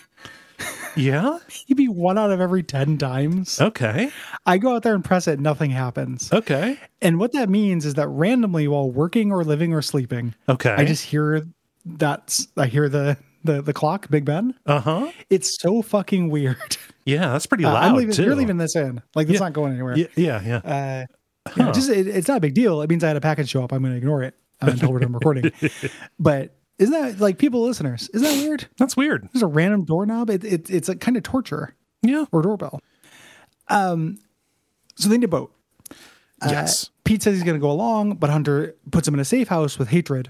Speaker 2: [LAUGHS]
Speaker 3: Yeah.
Speaker 2: maybe one out of every ten times.
Speaker 3: Okay.
Speaker 2: I go out there and press it, nothing happens.
Speaker 3: Okay.
Speaker 2: And what that means is that randomly while working or living or sleeping,
Speaker 3: Okay.
Speaker 2: I just hear that I hear the the the clock, Big Ben.
Speaker 3: uh huh.
Speaker 2: It's so fucking weird. [LAUGHS]
Speaker 3: Yeah, that's pretty
Speaker 2: Uh,
Speaker 3: loud
Speaker 2: I'm leaving,
Speaker 3: too.
Speaker 2: You're leaving this in. Like this
Speaker 3: Yeah.
Speaker 2: not going anywhere.
Speaker 3: yeah, yeah, yeah.
Speaker 2: Uh,
Speaker 3: Huh.
Speaker 2: yeah, just it, it's not a big deal. It means I had a package show up. I'm going to ignore it uh, until we're done
Speaker 3: [LAUGHS]
Speaker 2: recording. But isn't that like people listeners? Isn't that weird?
Speaker 3: That's weird.
Speaker 2: There's a random doorknob. It, it it's a kind of torture
Speaker 3: Yeah.
Speaker 2: or doorbell. Um, so they need a boat. Uh,
Speaker 3: Yes. [LAUGHS]
Speaker 2: Pete says he's going to go along, but Hunter puts him in a safe house with hatred.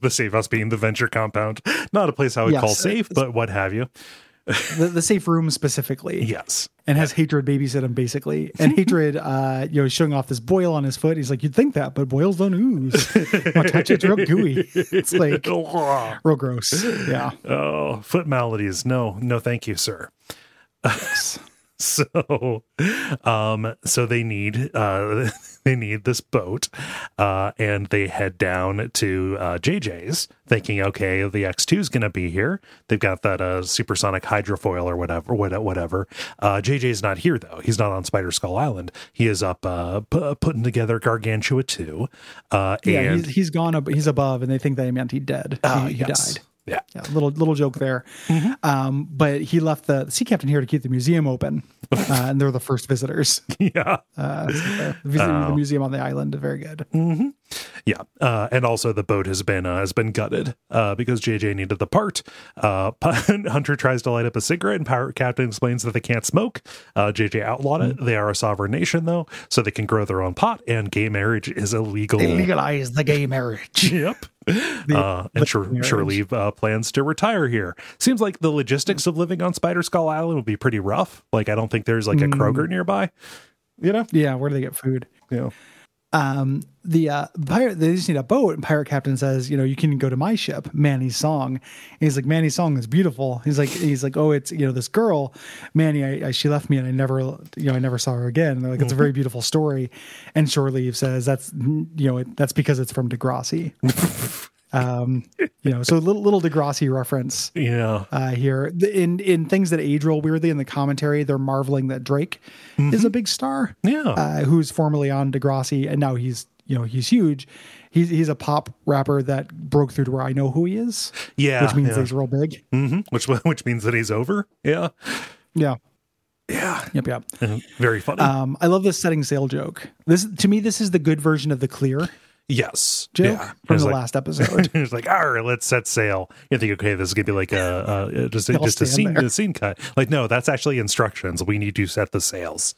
Speaker 3: the safe house being the venture compound. Not a place I would
Speaker 2: Yes.
Speaker 3: call safe, but what have you.
Speaker 2: the, the safe room specifically
Speaker 3: Yes.
Speaker 2: and has hatred babysit him basically
Speaker 3: [LAUGHS]
Speaker 2: and hatred uh you know showing off this boil on his foot he's like you'd think that but boils don't ooze Now touch it, it's
Speaker 3: [LAUGHS]
Speaker 2: real gooey it's like
Speaker 3: Oh,
Speaker 2: real gross yeah
Speaker 3: foot maladies. No, no, thank you, sir. [LAUGHS] so um so they need uh [LAUGHS] they need this boat uh and they head down to uh jj's thinking okay the x2 is gonna be here they've got that uh supersonic hydrofoil or whatever what- whatever uh jj's not here though he's not on spider skull island he is up uh p- putting together gargantua 2 uh
Speaker 2: yeah
Speaker 3: and
Speaker 2: he's, he's gone ab- he's above and they think that he meant he dead
Speaker 3: Ah,
Speaker 2: he, he
Speaker 3: yes.
Speaker 2: died
Speaker 3: yeah
Speaker 2: yeah, little little joke there, um, but he left the sea captain here to keep the museum open, uh, and they're the first visitors.
Speaker 3: yeah
Speaker 2: Uh, so they're visiting the museum on the island, very good.
Speaker 3: Yeah, uh, and also the boat has been uh, has been gutted uh, because JJ needed the part. Uh, [LAUGHS] Hunter tries to light up a cigarette, and Pirate Captain explains that they can't smoke. Uh, JJ outlawed it.
Speaker 2: Hmm.
Speaker 3: They are a sovereign nation, though, so they can grow their own pot, and gay marriage is illegal.
Speaker 2: They legalized the gay marriage.
Speaker 3: [LAUGHS]
Speaker 2: [LAUGHS]
Speaker 3: Yep. Uh, and sure,
Speaker 2: marriage.
Speaker 3: surely uh, plans to retire here. Seems like the logistics of living on Spider Skull Island would be pretty rough. Like, I don't think there's like a
Speaker 2: Hmm.
Speaker 3: Kroger nearby. You know?
Speaker 2: Yeah, where do they get food?
Speaker 3: Yeah.
Speaker 2: um, the uh, pirate they just need a boat, and pirate captain says, you know, you can go to my ship, Manny's song. And he's like, Manny's song is beautiful. He's like, he's like, oh, it's you know this girl, Manny. I, I she left me, and I never, you know, I never saw her again. And they're like, it's a very beautiful story. And Shore Leave says that's you know it, that's because it's from Degrassi. um, you know, so little little Degrassi reference
Speaker 3: Yeah.
Speaker 2: uh, here The- in in things that age real weirdly in the commentary. They're marveling that Drake is a big star
Speaker 3: Yeah.
Speaker 2: uh, who's formerly on Degrassi, and now he's you know he's huge. He's he's a pop rapper that broke through to where I know who he is,
Speaker 3: Yeah,
Speaker 2: which means
Speaker 3: yeah.
Speaker 2: he's real big.
Speaker 3: hmm which [LAUGHS] which means that he's over. Yeah,
Speaker 2: Yeah.
Speaker 3: yeah,
Speaker 2: Yep. Yep.
Speaker 3: [LAUGHS] very funny.
Speaker 2: Um, I love this setting sail joke. This to me, this is the good version of the clear
Speaker 3: yes,
Speaker 2: joke
Speaker 3: yeah.
Speaker 2: from
Speaker 3: It's
Speaker 2: the
Speaker 3: like-
Speaker 2: last
Speaker 3: [LAUGHS]
Speaker 2: episode.
Speaker 3: it's like, all right, let's set sail. You think, okay, this is gonna be like a, a just a,
Speaker 2: They'll
Speaker 3: just a
Speaker 2: stand
Speaker 3: scene
Speaker 2: there.
Speaker 3: a scene cut. Like, no, that's actually instructions. We need to set the sails.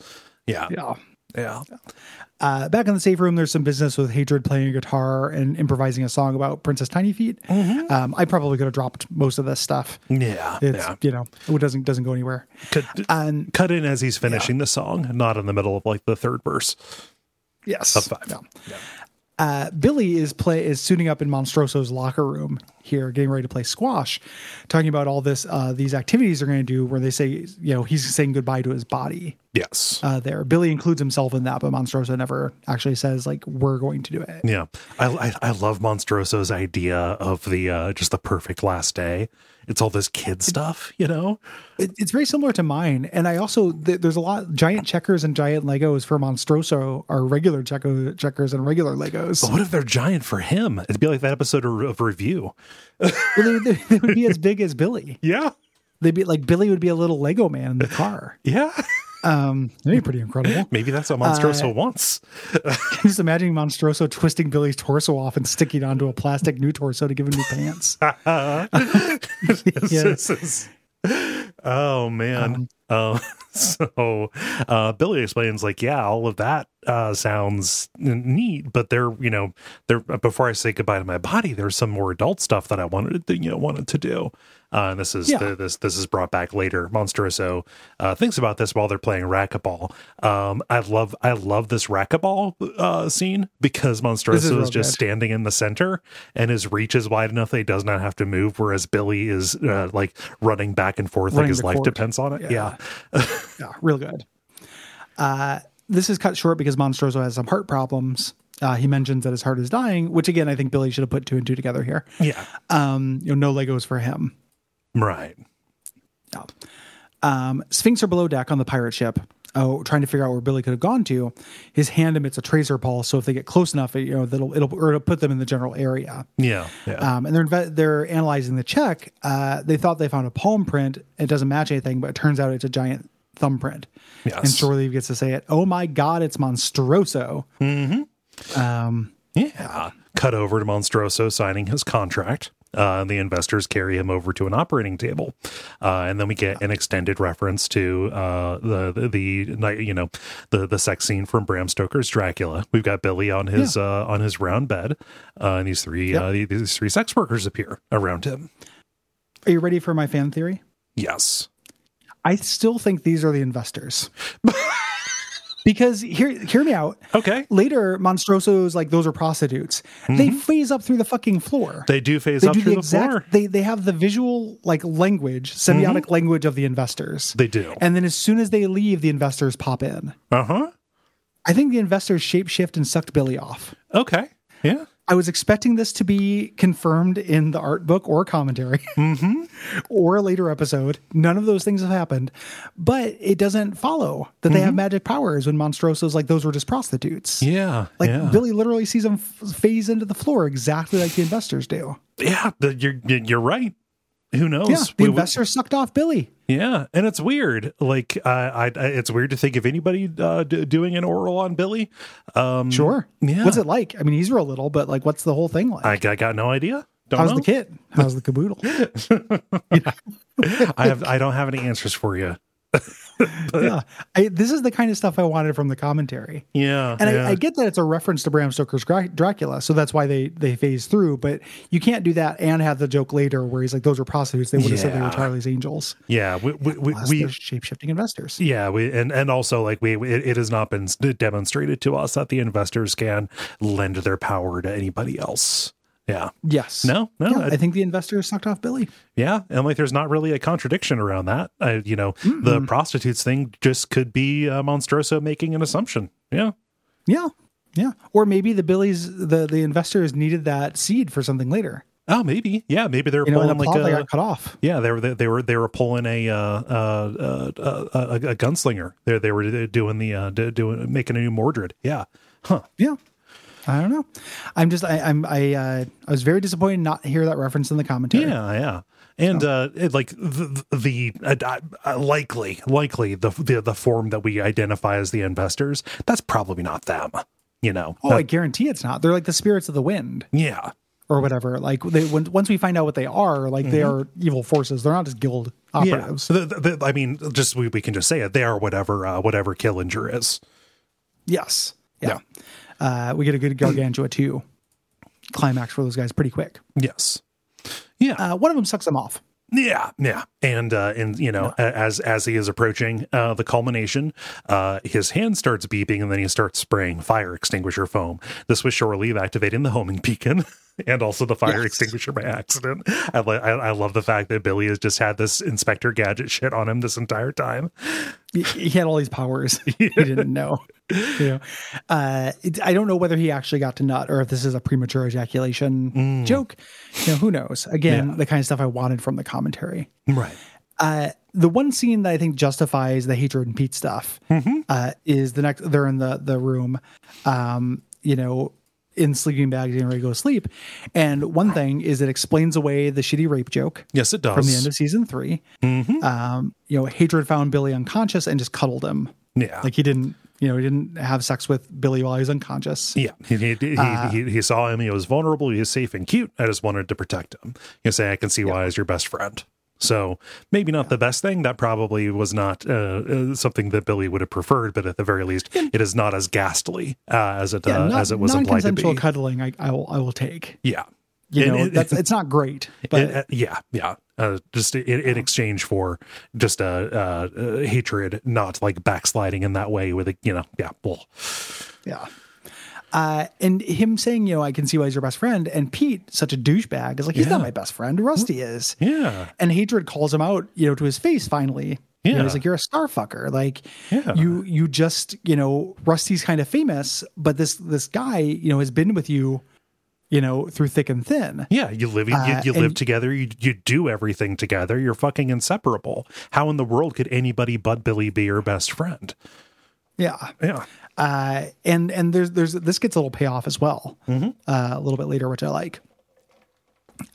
Speaker 3: Yeah,
Speaker 2: yeah.
Speaker 3: yeah,
Speaker 2: Uh, back in the safe room, there's some business with Hatred playing a guitar and improvising a song about Princess Tiny Feet.
Speaker 3: Mm-hmm.
Speaker 2: Um, I probably could have dropped most of this stuff.
Speaker 3: yeah,
Speaker 2: It's uh,
Speaker 3: yeah.
Speaker 2: you know it doesn't doesn't go anywhere.
Speaker 3: Cut,
Speaker 2: And
Speaker 3: cut in as he's finishing the song, not in the middle of like the third verse.
Speaker 2: yes,
Speaker 3: five.
Speaker 2: Yeah. Uh, Billy is play is suiting up in Monstroso's locker room here, getting ready to play squash, talking about all this uh, these activities they're going to do. Where they say you know he's saying goodbye to his body.
Speaker 3: Yes.
Speaker 2: uh, there. Billy includes himself in that, but Monstroso never actually says like we're going to do it.
Speaker 3: Yeah, I, I I love Monstroso's idea of the uh, just the perfect last day. It's all this kid stuff, you know.
Speaker 2: it it's very similar to mine, and I also th- there's a lot giant checkers and giant Legos for Monstroso are regular checker, checkers and regular Legos.
Speaker 3: But what if they're giant for him? It'd be like that episode of, of Review.
Speaker 2: Well, they, would- they would be as big as Billy.
Speaker 3: Yeah,
Speaker 2: They'd be like Billy would be a little Lego man in the car.
Speaker 3: yeah. [LAUGHS]
Speaker 2: Um, that'd be pretty incredible.
Speaker 3: Maybe that's what Monstroso wants.
Speaker 2: [LAUGHS]
Speaker 3: [LAUGHS]
Speaker 2: Just imagining Monstroso twisting Billy's torso off and sticking it onto a plastic new torso to give him new [LAUGHS] pants. yeah.
Speaker 3: This is- oh
Speaker 2: Um,
Speaker 3: man. Uh, [LAUGHS] so uh, Billy explains like, yeah, all of that uh, sounds neat, but there, you know, there. Before I say goodbye to my body, there's some more adult stuff that I wanted to, you know, wanted to do. Uh, and this is
Speaker 2: Yeah.
Speaker 3: the, this this is brought back later. Monstroso uh, thinks about this while they're playing racquetball. Um, I love I love this racquetball uh, scene because Monstroso is,
Speaker 2: real
Speaker 3: just
Speaker 2: good.
Speaker 3: standing in the center, and his reach is wide enough that he does not have to move, whereas Billy is uh, like running back and forth like
Speaker 2: Running
Speaker 3: his
Speaker 2: the
Speaker 3: life
Speaker 2: court.
Speaker 3: depends on it. Yeah.
Speaker 2: Yeah, real good. Uh, this is cut short because Monstroso has some heart problems. Uh, he mentions that his heart is dying, which again I think Billy should have put two and two together here.
Speaker 3: yeah,
Speaker 2: Um, you know, no Legos for him.
Speaker 3: right.
Speaker 2: No. Um, Sphinx are below deck on the pirate ship, oh, trying to figure out where Billy could have gone to. His hand emits a tracer pulse, so if they get close enough, you know, that'll it'll, or it'll put them in the general area.
Speaker 3: Yeah, yeah,
Speaker 2: Um, and they're inve- they're analyzing the check. Uh, they thought they found a palm print. It doesn't match anything, but it turns out it's a giant thumbprint.
Speaker 3: Yes.
Speaker 2: And Shoreleave gets to say it. Oh my God, it's Monstroso.
Speaker 3: yeah. Cut over to Monstroso signing his contract. Uh, the investors carry him over to an operating table, uh, and then we get an extended reference to uh, the, the the night you know the the sex scene from Bram Stoker's Dracula. We've got Billy on his uh, on his round bed, uh, and these three
Speaker 2: Yep.
Speaker 3: uh, these three sex workers appear around him.
Speaker 2: Are you ready for my fan theory?
Speaker 3: Yes,
Speaker 2: I still think these are the
Speaker 3: [LAUGHS]
Speaker 2: investors. because hear hear me out.
Speaker 3: Okay.
Speaker 2: Later, Monstroso's like those are prostitutes. They phase up through the fucking floor.
Speaker 3: Mm-hmm. They do phase
Speaker 2: They
Speaker 3: up
Speaker 2: do
Speaker 3: through
Speaker 2: the
Speaker 3: the,
Speaker 2: exact.
Speaker 3: floor. Mm-hmm.
Speaker 2: They they have the visual like language, semiotic language of the investors.
Speaker 3: They do.
Speaker 2: and then as soon as they leave, the investors pop in.
Speaker 3: Uh huh.
Speaker 2: I think the investors shapeshift and sucked Billy off.
Speaker 3: Okay. Yeah.
Speaker 2: I was expecting this to be confirmed in the art book or commentary [LAUGHS]
Speaker 3: Mm-hmm.
Speaker 2: or a later episode. None of those things have happened, but it doesn't follow that they have magic powers when Monstroso's like, those were just prostitutes.
Speaker 3: Mm-hmm. Yeah.
Speaker 2: Like
Speaker 3: yeah.
Speaker 2: Billy literally sees them f- phase into the floor exactly like the investors do.
Speaker 3: yeah. the- you're you're you're right. Who knows?
Speaker 2: Yeah, the
Speaker 3: We- we-
Speaker 2: investors sucked off Billy.
Speaker 3: yeah, and it's weird. Like, I, I, I- it's weird to think of anybody uh, d- doing an oral on Billy. Um,
Speaker 2: Sure.
Speaker 3: Yeah.
Speaker 2: What's it like? I mean, he's real little, but like, what's the whole thing like?
Speaker 3: I, I got no idea. Don't
Speaker 2: How's
Speaker 3: know.
Speaker 2: the kid? How's the
Speaker 3: [LAUGHS]
Speaker 2: caboodle?
Speaker 3: I have. I don't have any answers for you.
Speaker 2: yeah. I, this is the kind of stuff I wanted from the commentary.
Speaker 3: Yeah.
Speaker 2: And
Speaker 3: yeah.
Speaker 2: I, I get that it's a reference to Bram Stoker's Gra- Dracula, so that's why they they phase through. But you can't do that and have the joke later where he's like, "Those are prostitutes. They would have said they
Speaker 3: Yeah.
Speaker 2: were Charlie's angels."
Speaker 3: yeah. We we, we,
Speaker 2: Plus,
Speaker 3: we
Speaker 2: they're shape shifting investors.
Speaker 3: Yeah, we and and also like we it, it has not been s- demonstrated to us that the investors can lend their power to anybody else. Yeah.
Speaker 2: Yes.
Speaker 3: No, no.
Speaker 2: Yeah,
Speaker 3: I-
Speaker 2: I think the investors sucked off Billy.
Speaker 3: yeah, and like there's not really a contradiction around that. I, you know,
Speaker 2: Mm-hmm.
Speaker 3: the prostitutes thing just could be uh, Monstroso making an assumption. Yeah.
Speaker 2: Yeah. Yeah. Or maybe the Billy's the the investors needed that seed for something later.
Speaker 3: Oh, maybe. Yeah, maybe they're
Speaker 2: You know, and the
Speaker 3: pulling
Speaker 2: plot
Speaker 3: like
Speaker 2: they
Speaker 3: a
Speaker 2: got cut off.
Speaker 3: Yeah, they were they, were they were pulling a uh, uh, uh, uh, a, a uh, gunslinger. They they were doing the uh, d- doing making a new Mordred. Yeah. Huh.
Speaker 2: Yeah. I don't know. I'm just I, I'm I uh, I was very disappointed not to hear that reference in the commentary.
Speaker 3: Yeah, yeah. And uh, it, like the, the uh, uh, likely, likely the, the the form that we identify as the investors, that's probably not them. You know.
Speaker 2: Oh,
Speaker 3: That-
Speaker 2: I guarantee it's not. They're like the spirits of the wind
Speaker 3: yeah.
Speaker 2: or whatever. Like they when, once we find out what they are, like they are evil forces. They're not just guild
Speaker 3: Yeah.
Speaker 2: operatives.
Speaker 3: The, the, the- I mean, just we, we can just say it. They are whatever uh, whatever Killinger is.
Speaker 2: Yes. Yeah. Uh, we get a good gargantua too. Climax for those guys pretty quick.
Speaker 3: Yes. Yeah.
Speaker 2: Uh, one of them sucks them off.
Speaker 3: Yeah, yeah, and uh, and you know, a as as he is approaching uh, the culmination, uh, his hand starts beeping, and then he starts spraying fire extinguisher foam. This was shore leave activating the homing beacon. [LAUGHS] And also the fire
Speaker 2: Yes.
Speaker 3: extinguisher by accident. I, li- I I love the fact that Billy has just had this Inspector Gadget shit on him this entire time.
Speaker 2: he he had all these powers [LAUGHS] he didn't know. You know, uh, it, I don't know whether he actually got to nut or if this is a premature ejaculation joke. You know, who knows? Again, the kind of stuff I wanted from the commentary.
Speaker 3: Right.
Speaker 2: Uh, the one scene that I think justifies the hatred and Pete stuff
Speaker 3: Mm-hmm.
Speaker 2: uh, is the next. They're in the the room, um, you know, in sleeping bags, getting ready to go to sleep. And one thing is it explains away the shitty rape joke
Speaker 3: Yes, it does.
Speaker 2: from the end of season 3
Speaker 3: Mm-hmm.
Speaker 2: Um, you know, hatred found Billy unconscious and just cuddled him.
Speaker 3: yeah.
Speaker 2: Like he didn't, you know, he didn't have sex with Billy while he was unconscious.
Speaker 3: Yeah, he he, he,
Speaker 2: Uh,
Speaker 3: he he saw him. He was vulnerable. He was safe and cute. I just wanted to protect him. You say, I can see why as your best friend. So maybe not the best thing. That probably was not uh, uh, something that Billy would have preferred. But at the very least, it is not as ghastly uh, as it uh,
Speaker 2: non-
Speaker 3: as it was implied to
Speaker 2: non-consensual
Speaker 3: be.
Speaker 2: cuddling, I, I will, I will take.
Speaker 3: yeah,
Speaker 2: You
Speaker 3: And
Speaker 2: know,
Speaker 3: it-
Speaker 2: that's it's not great, but
Speaker 3: [LAUGHS] it- uh, yeah, yeah. Uh, just in, in exchange for just uh, uh, uh, hatred, not like backsliding in that way with a you know yeah. Well,
Speaker 2: yeah. Uh, and him saying, you know, I can see why he's your best friend, and Pete, such a douchebag, is like, he's
Speaker 3: Yeah.
Speaker 2: not my best friend. Rusty is.
Speaker 3: yeah,
Speaker 2: and hatred calls him out you know to his face finally You know,
Speaker 3: Yeah.
Speaker 2: he's like you're a star fucker like
Speaker 3: Yeah.
Speaker 2: you you just you know rusty's kind of famous but this this guy you know has been with you you know through thick and thin
Speaker 3: Yeah, you live
Speaker 2: Uh,
Speaker 3: you, you
Speaker 2: and-
Speaker 3: live together, you you do everything together. You're fucking inseparable. How in the world could anybody but Billy be your best friend?
Speaker 2: yeah
Speaker 3: Yeah.
Speaker 2: uh and and there's there's this gets a little payoff as well
Speaker 3: Mm-hmm.
Speaker 2: uh, a little bit later which i like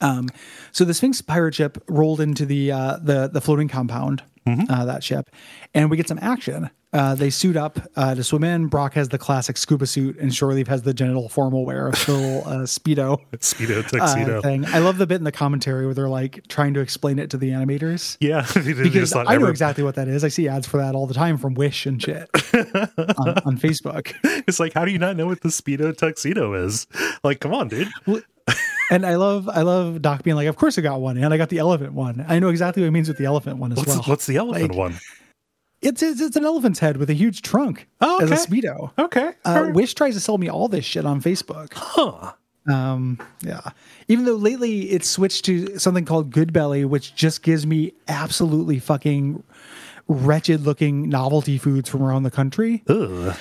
Speaker 2: um so the sphinx pirate ship rolled into the uh the the floating compound
Speaker 3: Mm-hmm.
Speaker 2: uh, that ship and we get some action uh they suit up uh to swim in brock has the classic scuba suit and shoreleaf has the genital formal wear of the little uh, speedo
Speaker 3: [LAUGHS] Speedo
Speaker 2: uh,
Speaker 3: tuxedo.
Speaker 2: thing i love the bit in the commentary where they're like trying to explain it to the animators
Speaker 3: yeah. [LAUGHS] they just
Speaker 2: because
Speaker 3: thought
Speaker 2: I know
Speaker 3: every-
Speaker 2: exactly what that is. I see ads for that all the time from Wish and
Speaker 3: [LAUGHS]
Speaker 2: shit on, on Facebook.
Speaker 3: It's like, how do you not know what the Speedo tuxedo is? Like, come on, dude.
Speaker 2: [LAUGHS] And I love I love Doc being like, of course I got one, and I got the elephant one. I know exactly what he means with the elephant one as
Speaker 3: What's,
Speaker 2: well.
Speaker 3: what's the elephant
Speaker 2: like-
Speaker 3: one?
Speaker 2: It's, it's it's an elephant's head with a huge trunk
Speaker 3: Oh,
Speaker 2: as a
Speaker 3: okay.
Speaker 2: speedo.
Speaker 3: Okay.
Speaker 2: Uh, Wish tries to sell me all this shit on Facebook.
Speaker 3: huh.
Speaker 2: Um, yeah. Even though lately it's switched to something called Good Belly, which just gives me absolutely fucking wretched looking novelty foods from around the country.
Speaker 3: Ugh.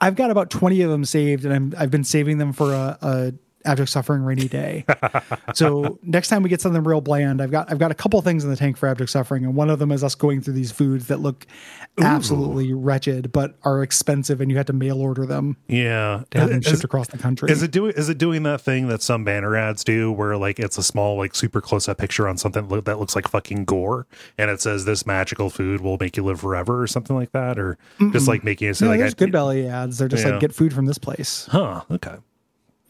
Speaker 2: I've got about 20 of them saved and I'm, I've been saving them for a, a abject suffering rainy
Speaker 3: [LAUGHS]
Speaker 2: day. so next time we get something real bland, I've got, I've got a couple things in the tank for abject suffering. And one of them is us going through these foods that look absolutely wretched, but are expensive and you had to mail order them
Speaker 3: Yeah.
Speaker 2: to have them
Speaker 3: Is-
Speaker 2: shipped across the country.
Speaker 3: Is it doing is it doing that thing that some banner ads do where like it's a small like super close up picture on something lo- that looks like fucking gore and it says this magical food will make you live forever or something like that or just like making it say
Speaker 2: no,
Speaker 3: like
Speaker 2: there's
Speaker 3: I-
Speaker 2: good belly ads. They're just
Speaker 3: Yeah.
Speaker 2: like, get food from this place,
Speaker 3: Huh, okay.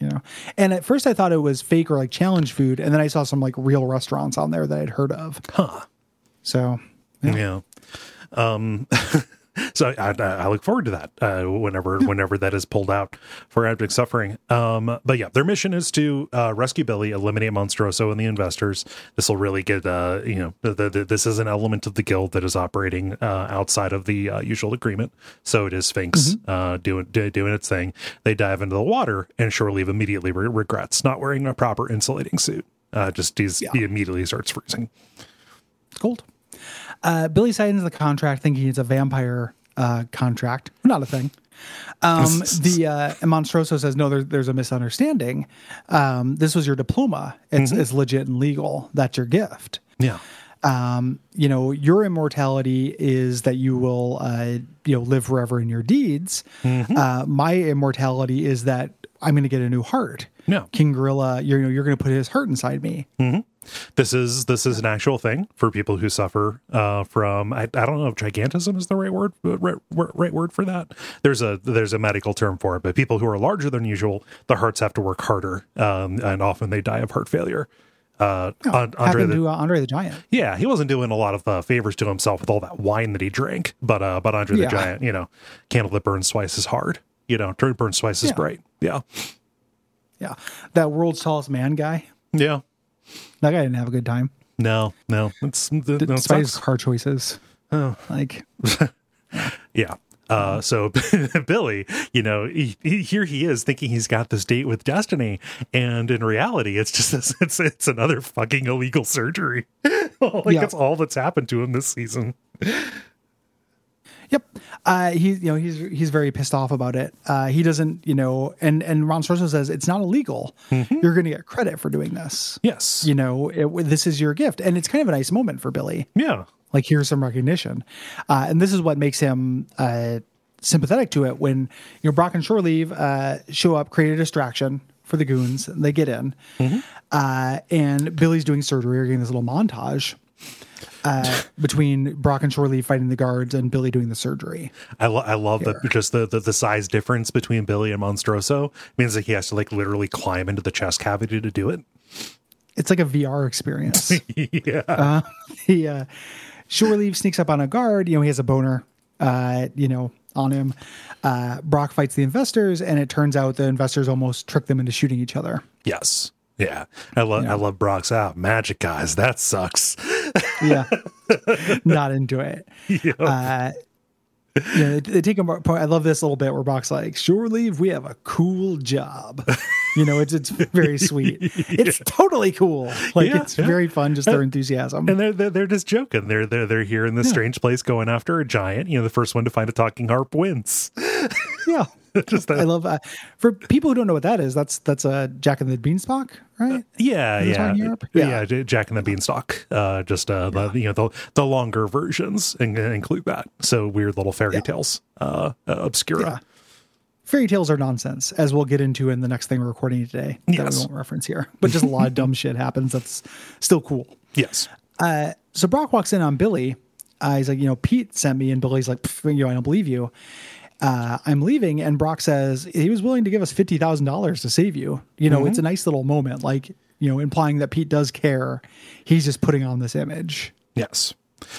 Speaker 2: you know? And at first I thought it was fake or like challenge food. And then I saw some like real restaurants on there that I'd heard of.
Speaker 3: Huh.
Speaker 2: So
Speaker 3: Yeah. Um [LAUGHS] so I, I I look forward to that uh, whenever
Speaker 2: Hmm.
Speaker 3: whenever that is pulled out for abject suffering. Um but yeah, their mission is to uh, rescue Billy, eliminate Monstroso and the investors. This will really get uh you know the, the, the- this is an element of the guild that is operating uh, outside of the uh, usual agreement. So it is Sphinx
Speaker 2: Mm-hmm.
Speaker 3: uh doing do, doing its thing. They dive into the water and Shore Leave immediately re- regrets not wearing a proper insulating suit. Uh just he's, he immediately starts freezing.
Speaker 2: It's cold. Uh, Billy signs the contract thinking it's a vampire uh, contract. Not a
Speaker 3: [LAUGHS]
Speaker 2: thing. Um, the uh, and Monstroso says no. There, there's a misunderstanding. Um, this was your diploma. It's,
Speaker 3: Mm-hmm.
Speaker 2: it's legit and legal. That's your gift.
Speaker 3: Yeah.
Speaker 2: Um, you know your immortality is that you
Speaker 3: Mm-hmm.
Speaker 2: will uh, you know live forever in your deeds. Uh, my immortality is that I'm going to get a new heart.
Speaker 3: Yeah.
Speaker 2: King Gorilla, you're, you know, you're going to put his heart inside me.
Speaker 3: This is this is an actual thing for people who suffer uh, from I, I don't know if gigantism is the right word uh, right, right right word for that. There's a there's a medical term for it, but people who are larger than usual, the hearts have to work harder, um, and often they die of heart failure. Uh, An- Andre
Speaker 2: Happened
Speaker 3: the,
Speaker 2: to uh, Andre the Giant.
Speaker 3: yeah, he wasn't doing a lot of uh, favors to himself with all that wine that he drank, but uh, but Andre
Speaker 2: Yeah.
Speaker 3: the Giant, you know, candle that burns twice as hard, you know, burns twice as
Speaker 2: Yeah.
Speaker 3: bright. Yeah,
Speaker 2: Yeah. That world's tallest man guy.
Speaker 3: yeah.
Speaker 2: That guy didn't have a good time.
Speaker 3: No, no, it's no, it
Speaker 2: Despite his
Speaker 3: sucks.
Speaker 2: car choices. Like,
Speaker 3: Yeah. Uh, so [LAUGHS] Billy, you know, he, he, here he is thinking he's got this date with destiny, and in reality, it's just this, [LAUGHS] it's it's another fucking illegal surgery. [LAUGHS] like
Speaker 2: Yeah.
Speaker 3: it's all that's happened to him this season.
Speaker 2: Yep. Uh, he, you know, he's he's very pissed off about it. Uh, he doesn't, you know, and and Ron Sorso says it's not illegal. You're going to get credit for doing this.
Speaker 3: Yes.
Speaker 2: You know, it, this is your gift, and it's kind of a nice moment for Billy.
Speaker 3: Yeah.
Speaker 2: Like, here's some recognition, uh, and this is what makes him uh, sympathetic to it. When you know Brock and Shore leave, uh, show up, create a distraction for the goons. They get in, uh, and Billy's doing surgery, or getting this little montage. Uh, between Brock and Shorley fighting the guards and Billy doing the surgery.
Speaker 3: I, lo- I love the just the, the the size difference between Billy and Monstroso means that he has to like literally climb into the chest cavity to do it.
Speaker 2: it's like a VR experience.
Speaker 3: [LAUGHS] yeah.
Speaker 2: he uh, [LAUGHS] shore leave sneaks up on a guard. You know, he has a boner. Uh, you know, on him. Uh, Brock fights the investors, and it turns out the investors almost trick them into shooting each other.
Speaker 3: yes. Yeah. I love I love Brock's out. Magic guys, that sucks. [LAUGHS]
Speaker 2: Yeah, not into it. Uh, you know, they, they take him. apart. I love this little bit where Brock's like, "Shore leave, we have a cool job." [LAUGHS] You know, it's it's very
Speaker 3: [LAUGHS]
Speaker 2: sweet. It's totally cool. Like
Speaker 3: Yeah,
Speaker 2: it's
Speaker 3: yeah.
Speaker 2: very fun. Just their enthusiasm.
Speaker 3: and they're, they're they're just joking. They're they're they're here in this strange place going after a giant. You know, the first one to find a talking harp wins.
Speaker 2: yeah.
Speaker 3: [LAUGHS] just
Speaker 2: I
Speaker 3: that.
Speaker 2: love uh, for people who don't know what that is. That's that's a Jack and the Beanstalk, right?
Speaker 3: Yeah,
Speaker 2: Is this
Speaker 3: yeah,
Speaker 2: one in
Speaker 3: yeah,
Speaker 2: Europe? Yeah.
Speaker 3: J- Jack and the Beanstalk. Uh, just uh, the you know the the longer versions and, and include that. So weird little fairy tales, uh, uh, obscura.
Speaker 2: Fairy tales are nonsense, as we'll get into in the next thing we're recording today that we
Speaker 3: Yes.
Speaker 2: won't reference here. [LAUGHS] But just a lot of dumb shit happens that's still cool.
Speaker 3: Yes,
Speaker 2: Uh, so Brock walks in on Billy. Uh, he's like, you know, Pete sent me, and Billy's like, "Pff, you know, I don't believe you. Uh, I'm leaving, and Brock says he was willing to give us fifty thousand dollars to save you. You know,
Speaker 3: Mm-hmm.
Speaker 2: it's a nice little moment, like you know, implying that Pete does care. He's just putting on this image,
Speaker 3: yes.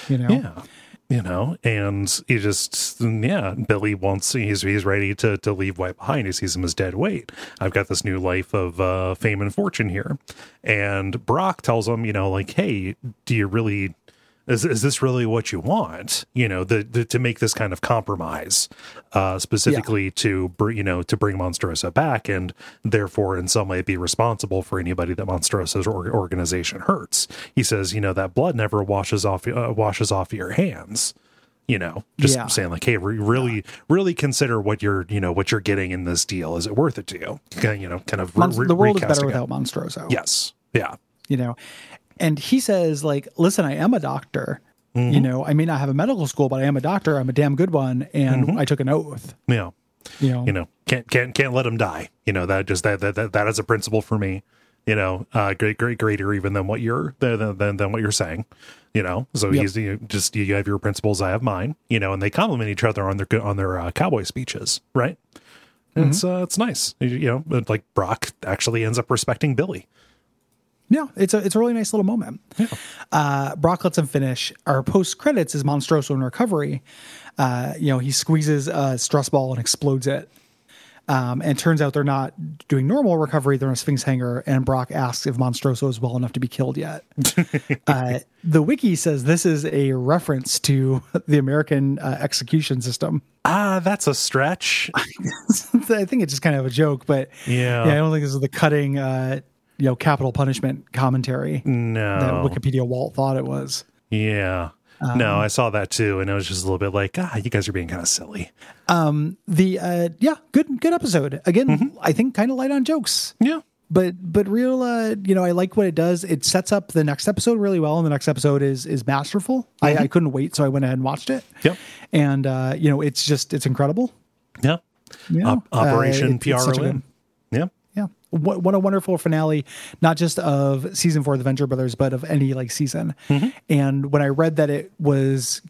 Speaker 2: you know.
Speaker 3: Yeah. You know, and he just yeah, Billy wants he's he's ready to to leave White behind. He sees him as dead weight. I've got this new life of uh fame and fortune here. And Brock tells him, you know, like, hey, do you really is, is this really what you want? You know, the, the to make this kind of compromise, uh, specifically to br- you know to bring Monstrosa back, and therefore in some way be responsible for anybody that Monstrosa's or- organization hurts. He says, you know, that blood never washes off uh, washes off your hands. You know, just
Speaker 2: Yeah.
Speaker 3: saying like, hey, re- really, really consider what you're you know what you're getting in this deal. Is it worth it to you? Kind- You know, kind of re-
Speaker 2: Monst-
Speaker 3: re-
Speaker 2: the world is better
Speaker 3: recasting it.
Speaker 2: without Monstroso.
Speaker 3: Yes. Yeah.
Speaker 2: You know, and he says, like, listen, I am a doctor.
Speaker 3: Mm-hmm.
Speaker 2: You know, I may not have a medical school, but I am a doctor. I'm a damn good one. And
Speaker 3: Mm-hmm.
Speaker 2: I took an oath,
Speaker 3: Yeah.
Speaker 2: you know.
Speaker 3: you know can't can't can't let him die you know that just that that that, that is a principle for me you know uh great great greater even than what you're than than, than what you're saying you know so
Speaker 2: Yep.
Speaker 3: he's you just you have your principles i have mine you know and they compliment each other on their co- on their uh, cowboy speeches right And it's
Speaker 2: Mm-hmm.
Speaker 3: uh it's nice you, you know but, like brock actually ends up respecting billy
Speaker 2: No, it's a it's a really nice little moment. Uh, Brock lets him finish. Our post credits is Monstroso in recovery. Uh, you know, he squeezes a stress ball and explodes it. Um, and it turns out they're not doing normal recovery; they're in a sphinx hanger. And Brock asks if Monstroso is well enough to be killed yet. uh, the wiki says this is a reference to the American uh, execution system. [LAUGHS]
Speaker 3: ah that's a stretch
Speaker 2: I think it's just kind of a joke, but
Speaker 3: Yeah.
Speaker 2: I don't think this is the cutting, uh, you know, capital punishment commentary that
Speaker 3: no
Speaker 2: Wikipedia Walt thought it was.
Speaker 3: yeah
Speaker 2: Um,
Speaker 3: no i saw that too and it was just a little bit like ah you guys are being kind of silly
Speaker 2: The uh, yeah, good good episode. Again, I think kind of light on jokes,
Speaker 3: yeah
Speaker 2: but but real. Uh, you know, I like what it does. It sets up the next episode really well, and the next episode is is masterful. I, I couldn't wait, so I went ahead and watched it.
Speaker 3: Yep.
Speaker 2: and uh, you know, it's just it's incredible.
Speaker 3: yeah
Speaker 2: You know?
Speaker 3: Op- Operation
Speaker 2: Uh, it- it's such a
Speaker 3: PROM.
Speaker 2: good-
Speaker 3: Yeah.
Speaker 2: yeah what, what a wonderful finale not just of season four of the venture brothers but of any like season
Speaker 3: Mm-hmm.
Speaker 2: and when i read that it was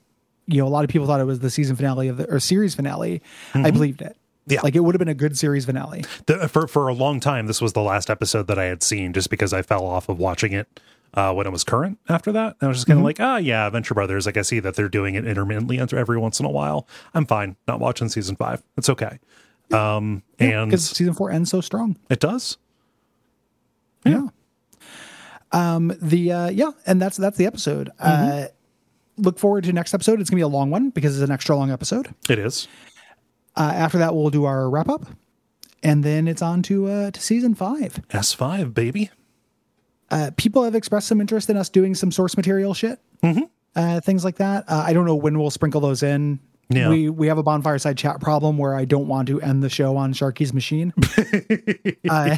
Speaker 2: you know a lot of people thought it was the season finale of the or series finale i believed it
Speaker 3: Mm-hmm. Yeah.
Speaker 2: like it would have been a good series finale
Speaker 3: the, for for a long time this was the last episode that i had seen just because i fell off of watching it uh, when it was current after that and i was just kind
Speaker 2: Mm-hmm.
Speaker 3: of like ah yeah venture brothers like i see that they're doing it intermittently enter- every once in a while i'm fine not watching season five it's okay um and
Speaker 2: because season four ends so strong
Speaker 3: it does
Speaker 2: yeah um the uh yeah and that's that's the episode uh
Speaker 3: Mm-hmm.
Speaker 2: look forward to next episode it's gonna be a long one because it's an extra long episode
Speaker 3: it is
Speaker 2: uh after that we'll do our wrap up and then it's on to uh to season five
Speaker 3: s5 baby
Speaker 2: uh, people have expressed some interest in us doing some source material shit,
Speaker 3: Mm-hmm.
Speaker 2: uh, things like that. Uh, I don't know when we'll sprinkle those in.
Speaker 3: Yeah.
Speaker 2: We we have a bonfire side chat problem where I don't want to end the show on Sharky's
Speaker 3: [LAUGHS]
Speaker 2: machine. uh,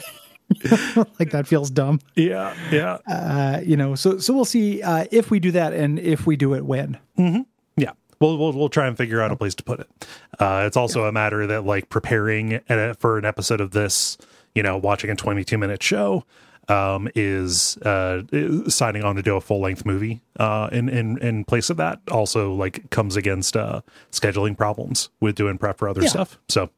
Speaker 2: [LAUGHS] like that feels dumb,
Speaker 3: yeah yeah
Speaker 2: uh, you know. So so we'll see uh, if we do that and if we do it when.
Speaker 3: Yeah. We'll, we'll, we'll try and figure
Speaker 2: Oh.
Speaker 3: out a place to put it. Uh, it's also a matter that like preparing uh, for an episode of this, you know, watching a 22 minute show um, is uh, is signing on to do a full length movie uh, in, in, in place of that also like comes against uh, scheduling problems with doing prep for other
Speaker 2: Yeah.
Speaker 3: stuff. So,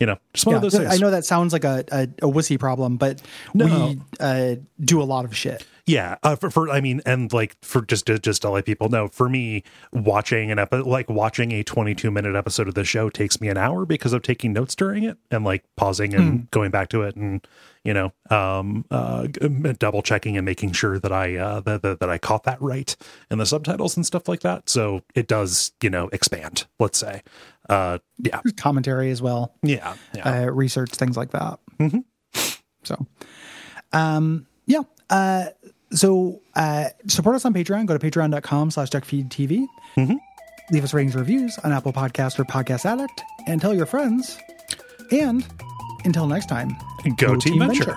Speaker 3: you know, just one
Speaker 2: Yeah,
Speaker 3: of Oh, those things.
Speaker 2: I know that sounds like a a, a wussy problem, but we uh, do a lot of shit.
Speaker 3: Yeah, uh, for, for I mean, and like for just to, just to let people know, for me, watching an episode like watching a 22 minute episode of the show takes me an hour because I'm taking notes during it and like pausing and going back to it and you know um uh g- um, double checking and making sure that I uh that, that that I caught that right and the subtitles and stuff like that. So it does you know expand. Let's say, uh, yeah,
Speaker 2: Commentary as well.
Speaker 3: yeah,
Speaker 2: uh,
Speaker 3: yeah.
Speaker 2: research things like that. So, um, yeah. Uh, so uh, support us on Patreon. Go to patreon.com slash duckfeedtv. Leave us ratings and reviews on Apple Podcast or Podcast Addict and tell your friends. And until next time,
Speaker 3: Go Team Venture.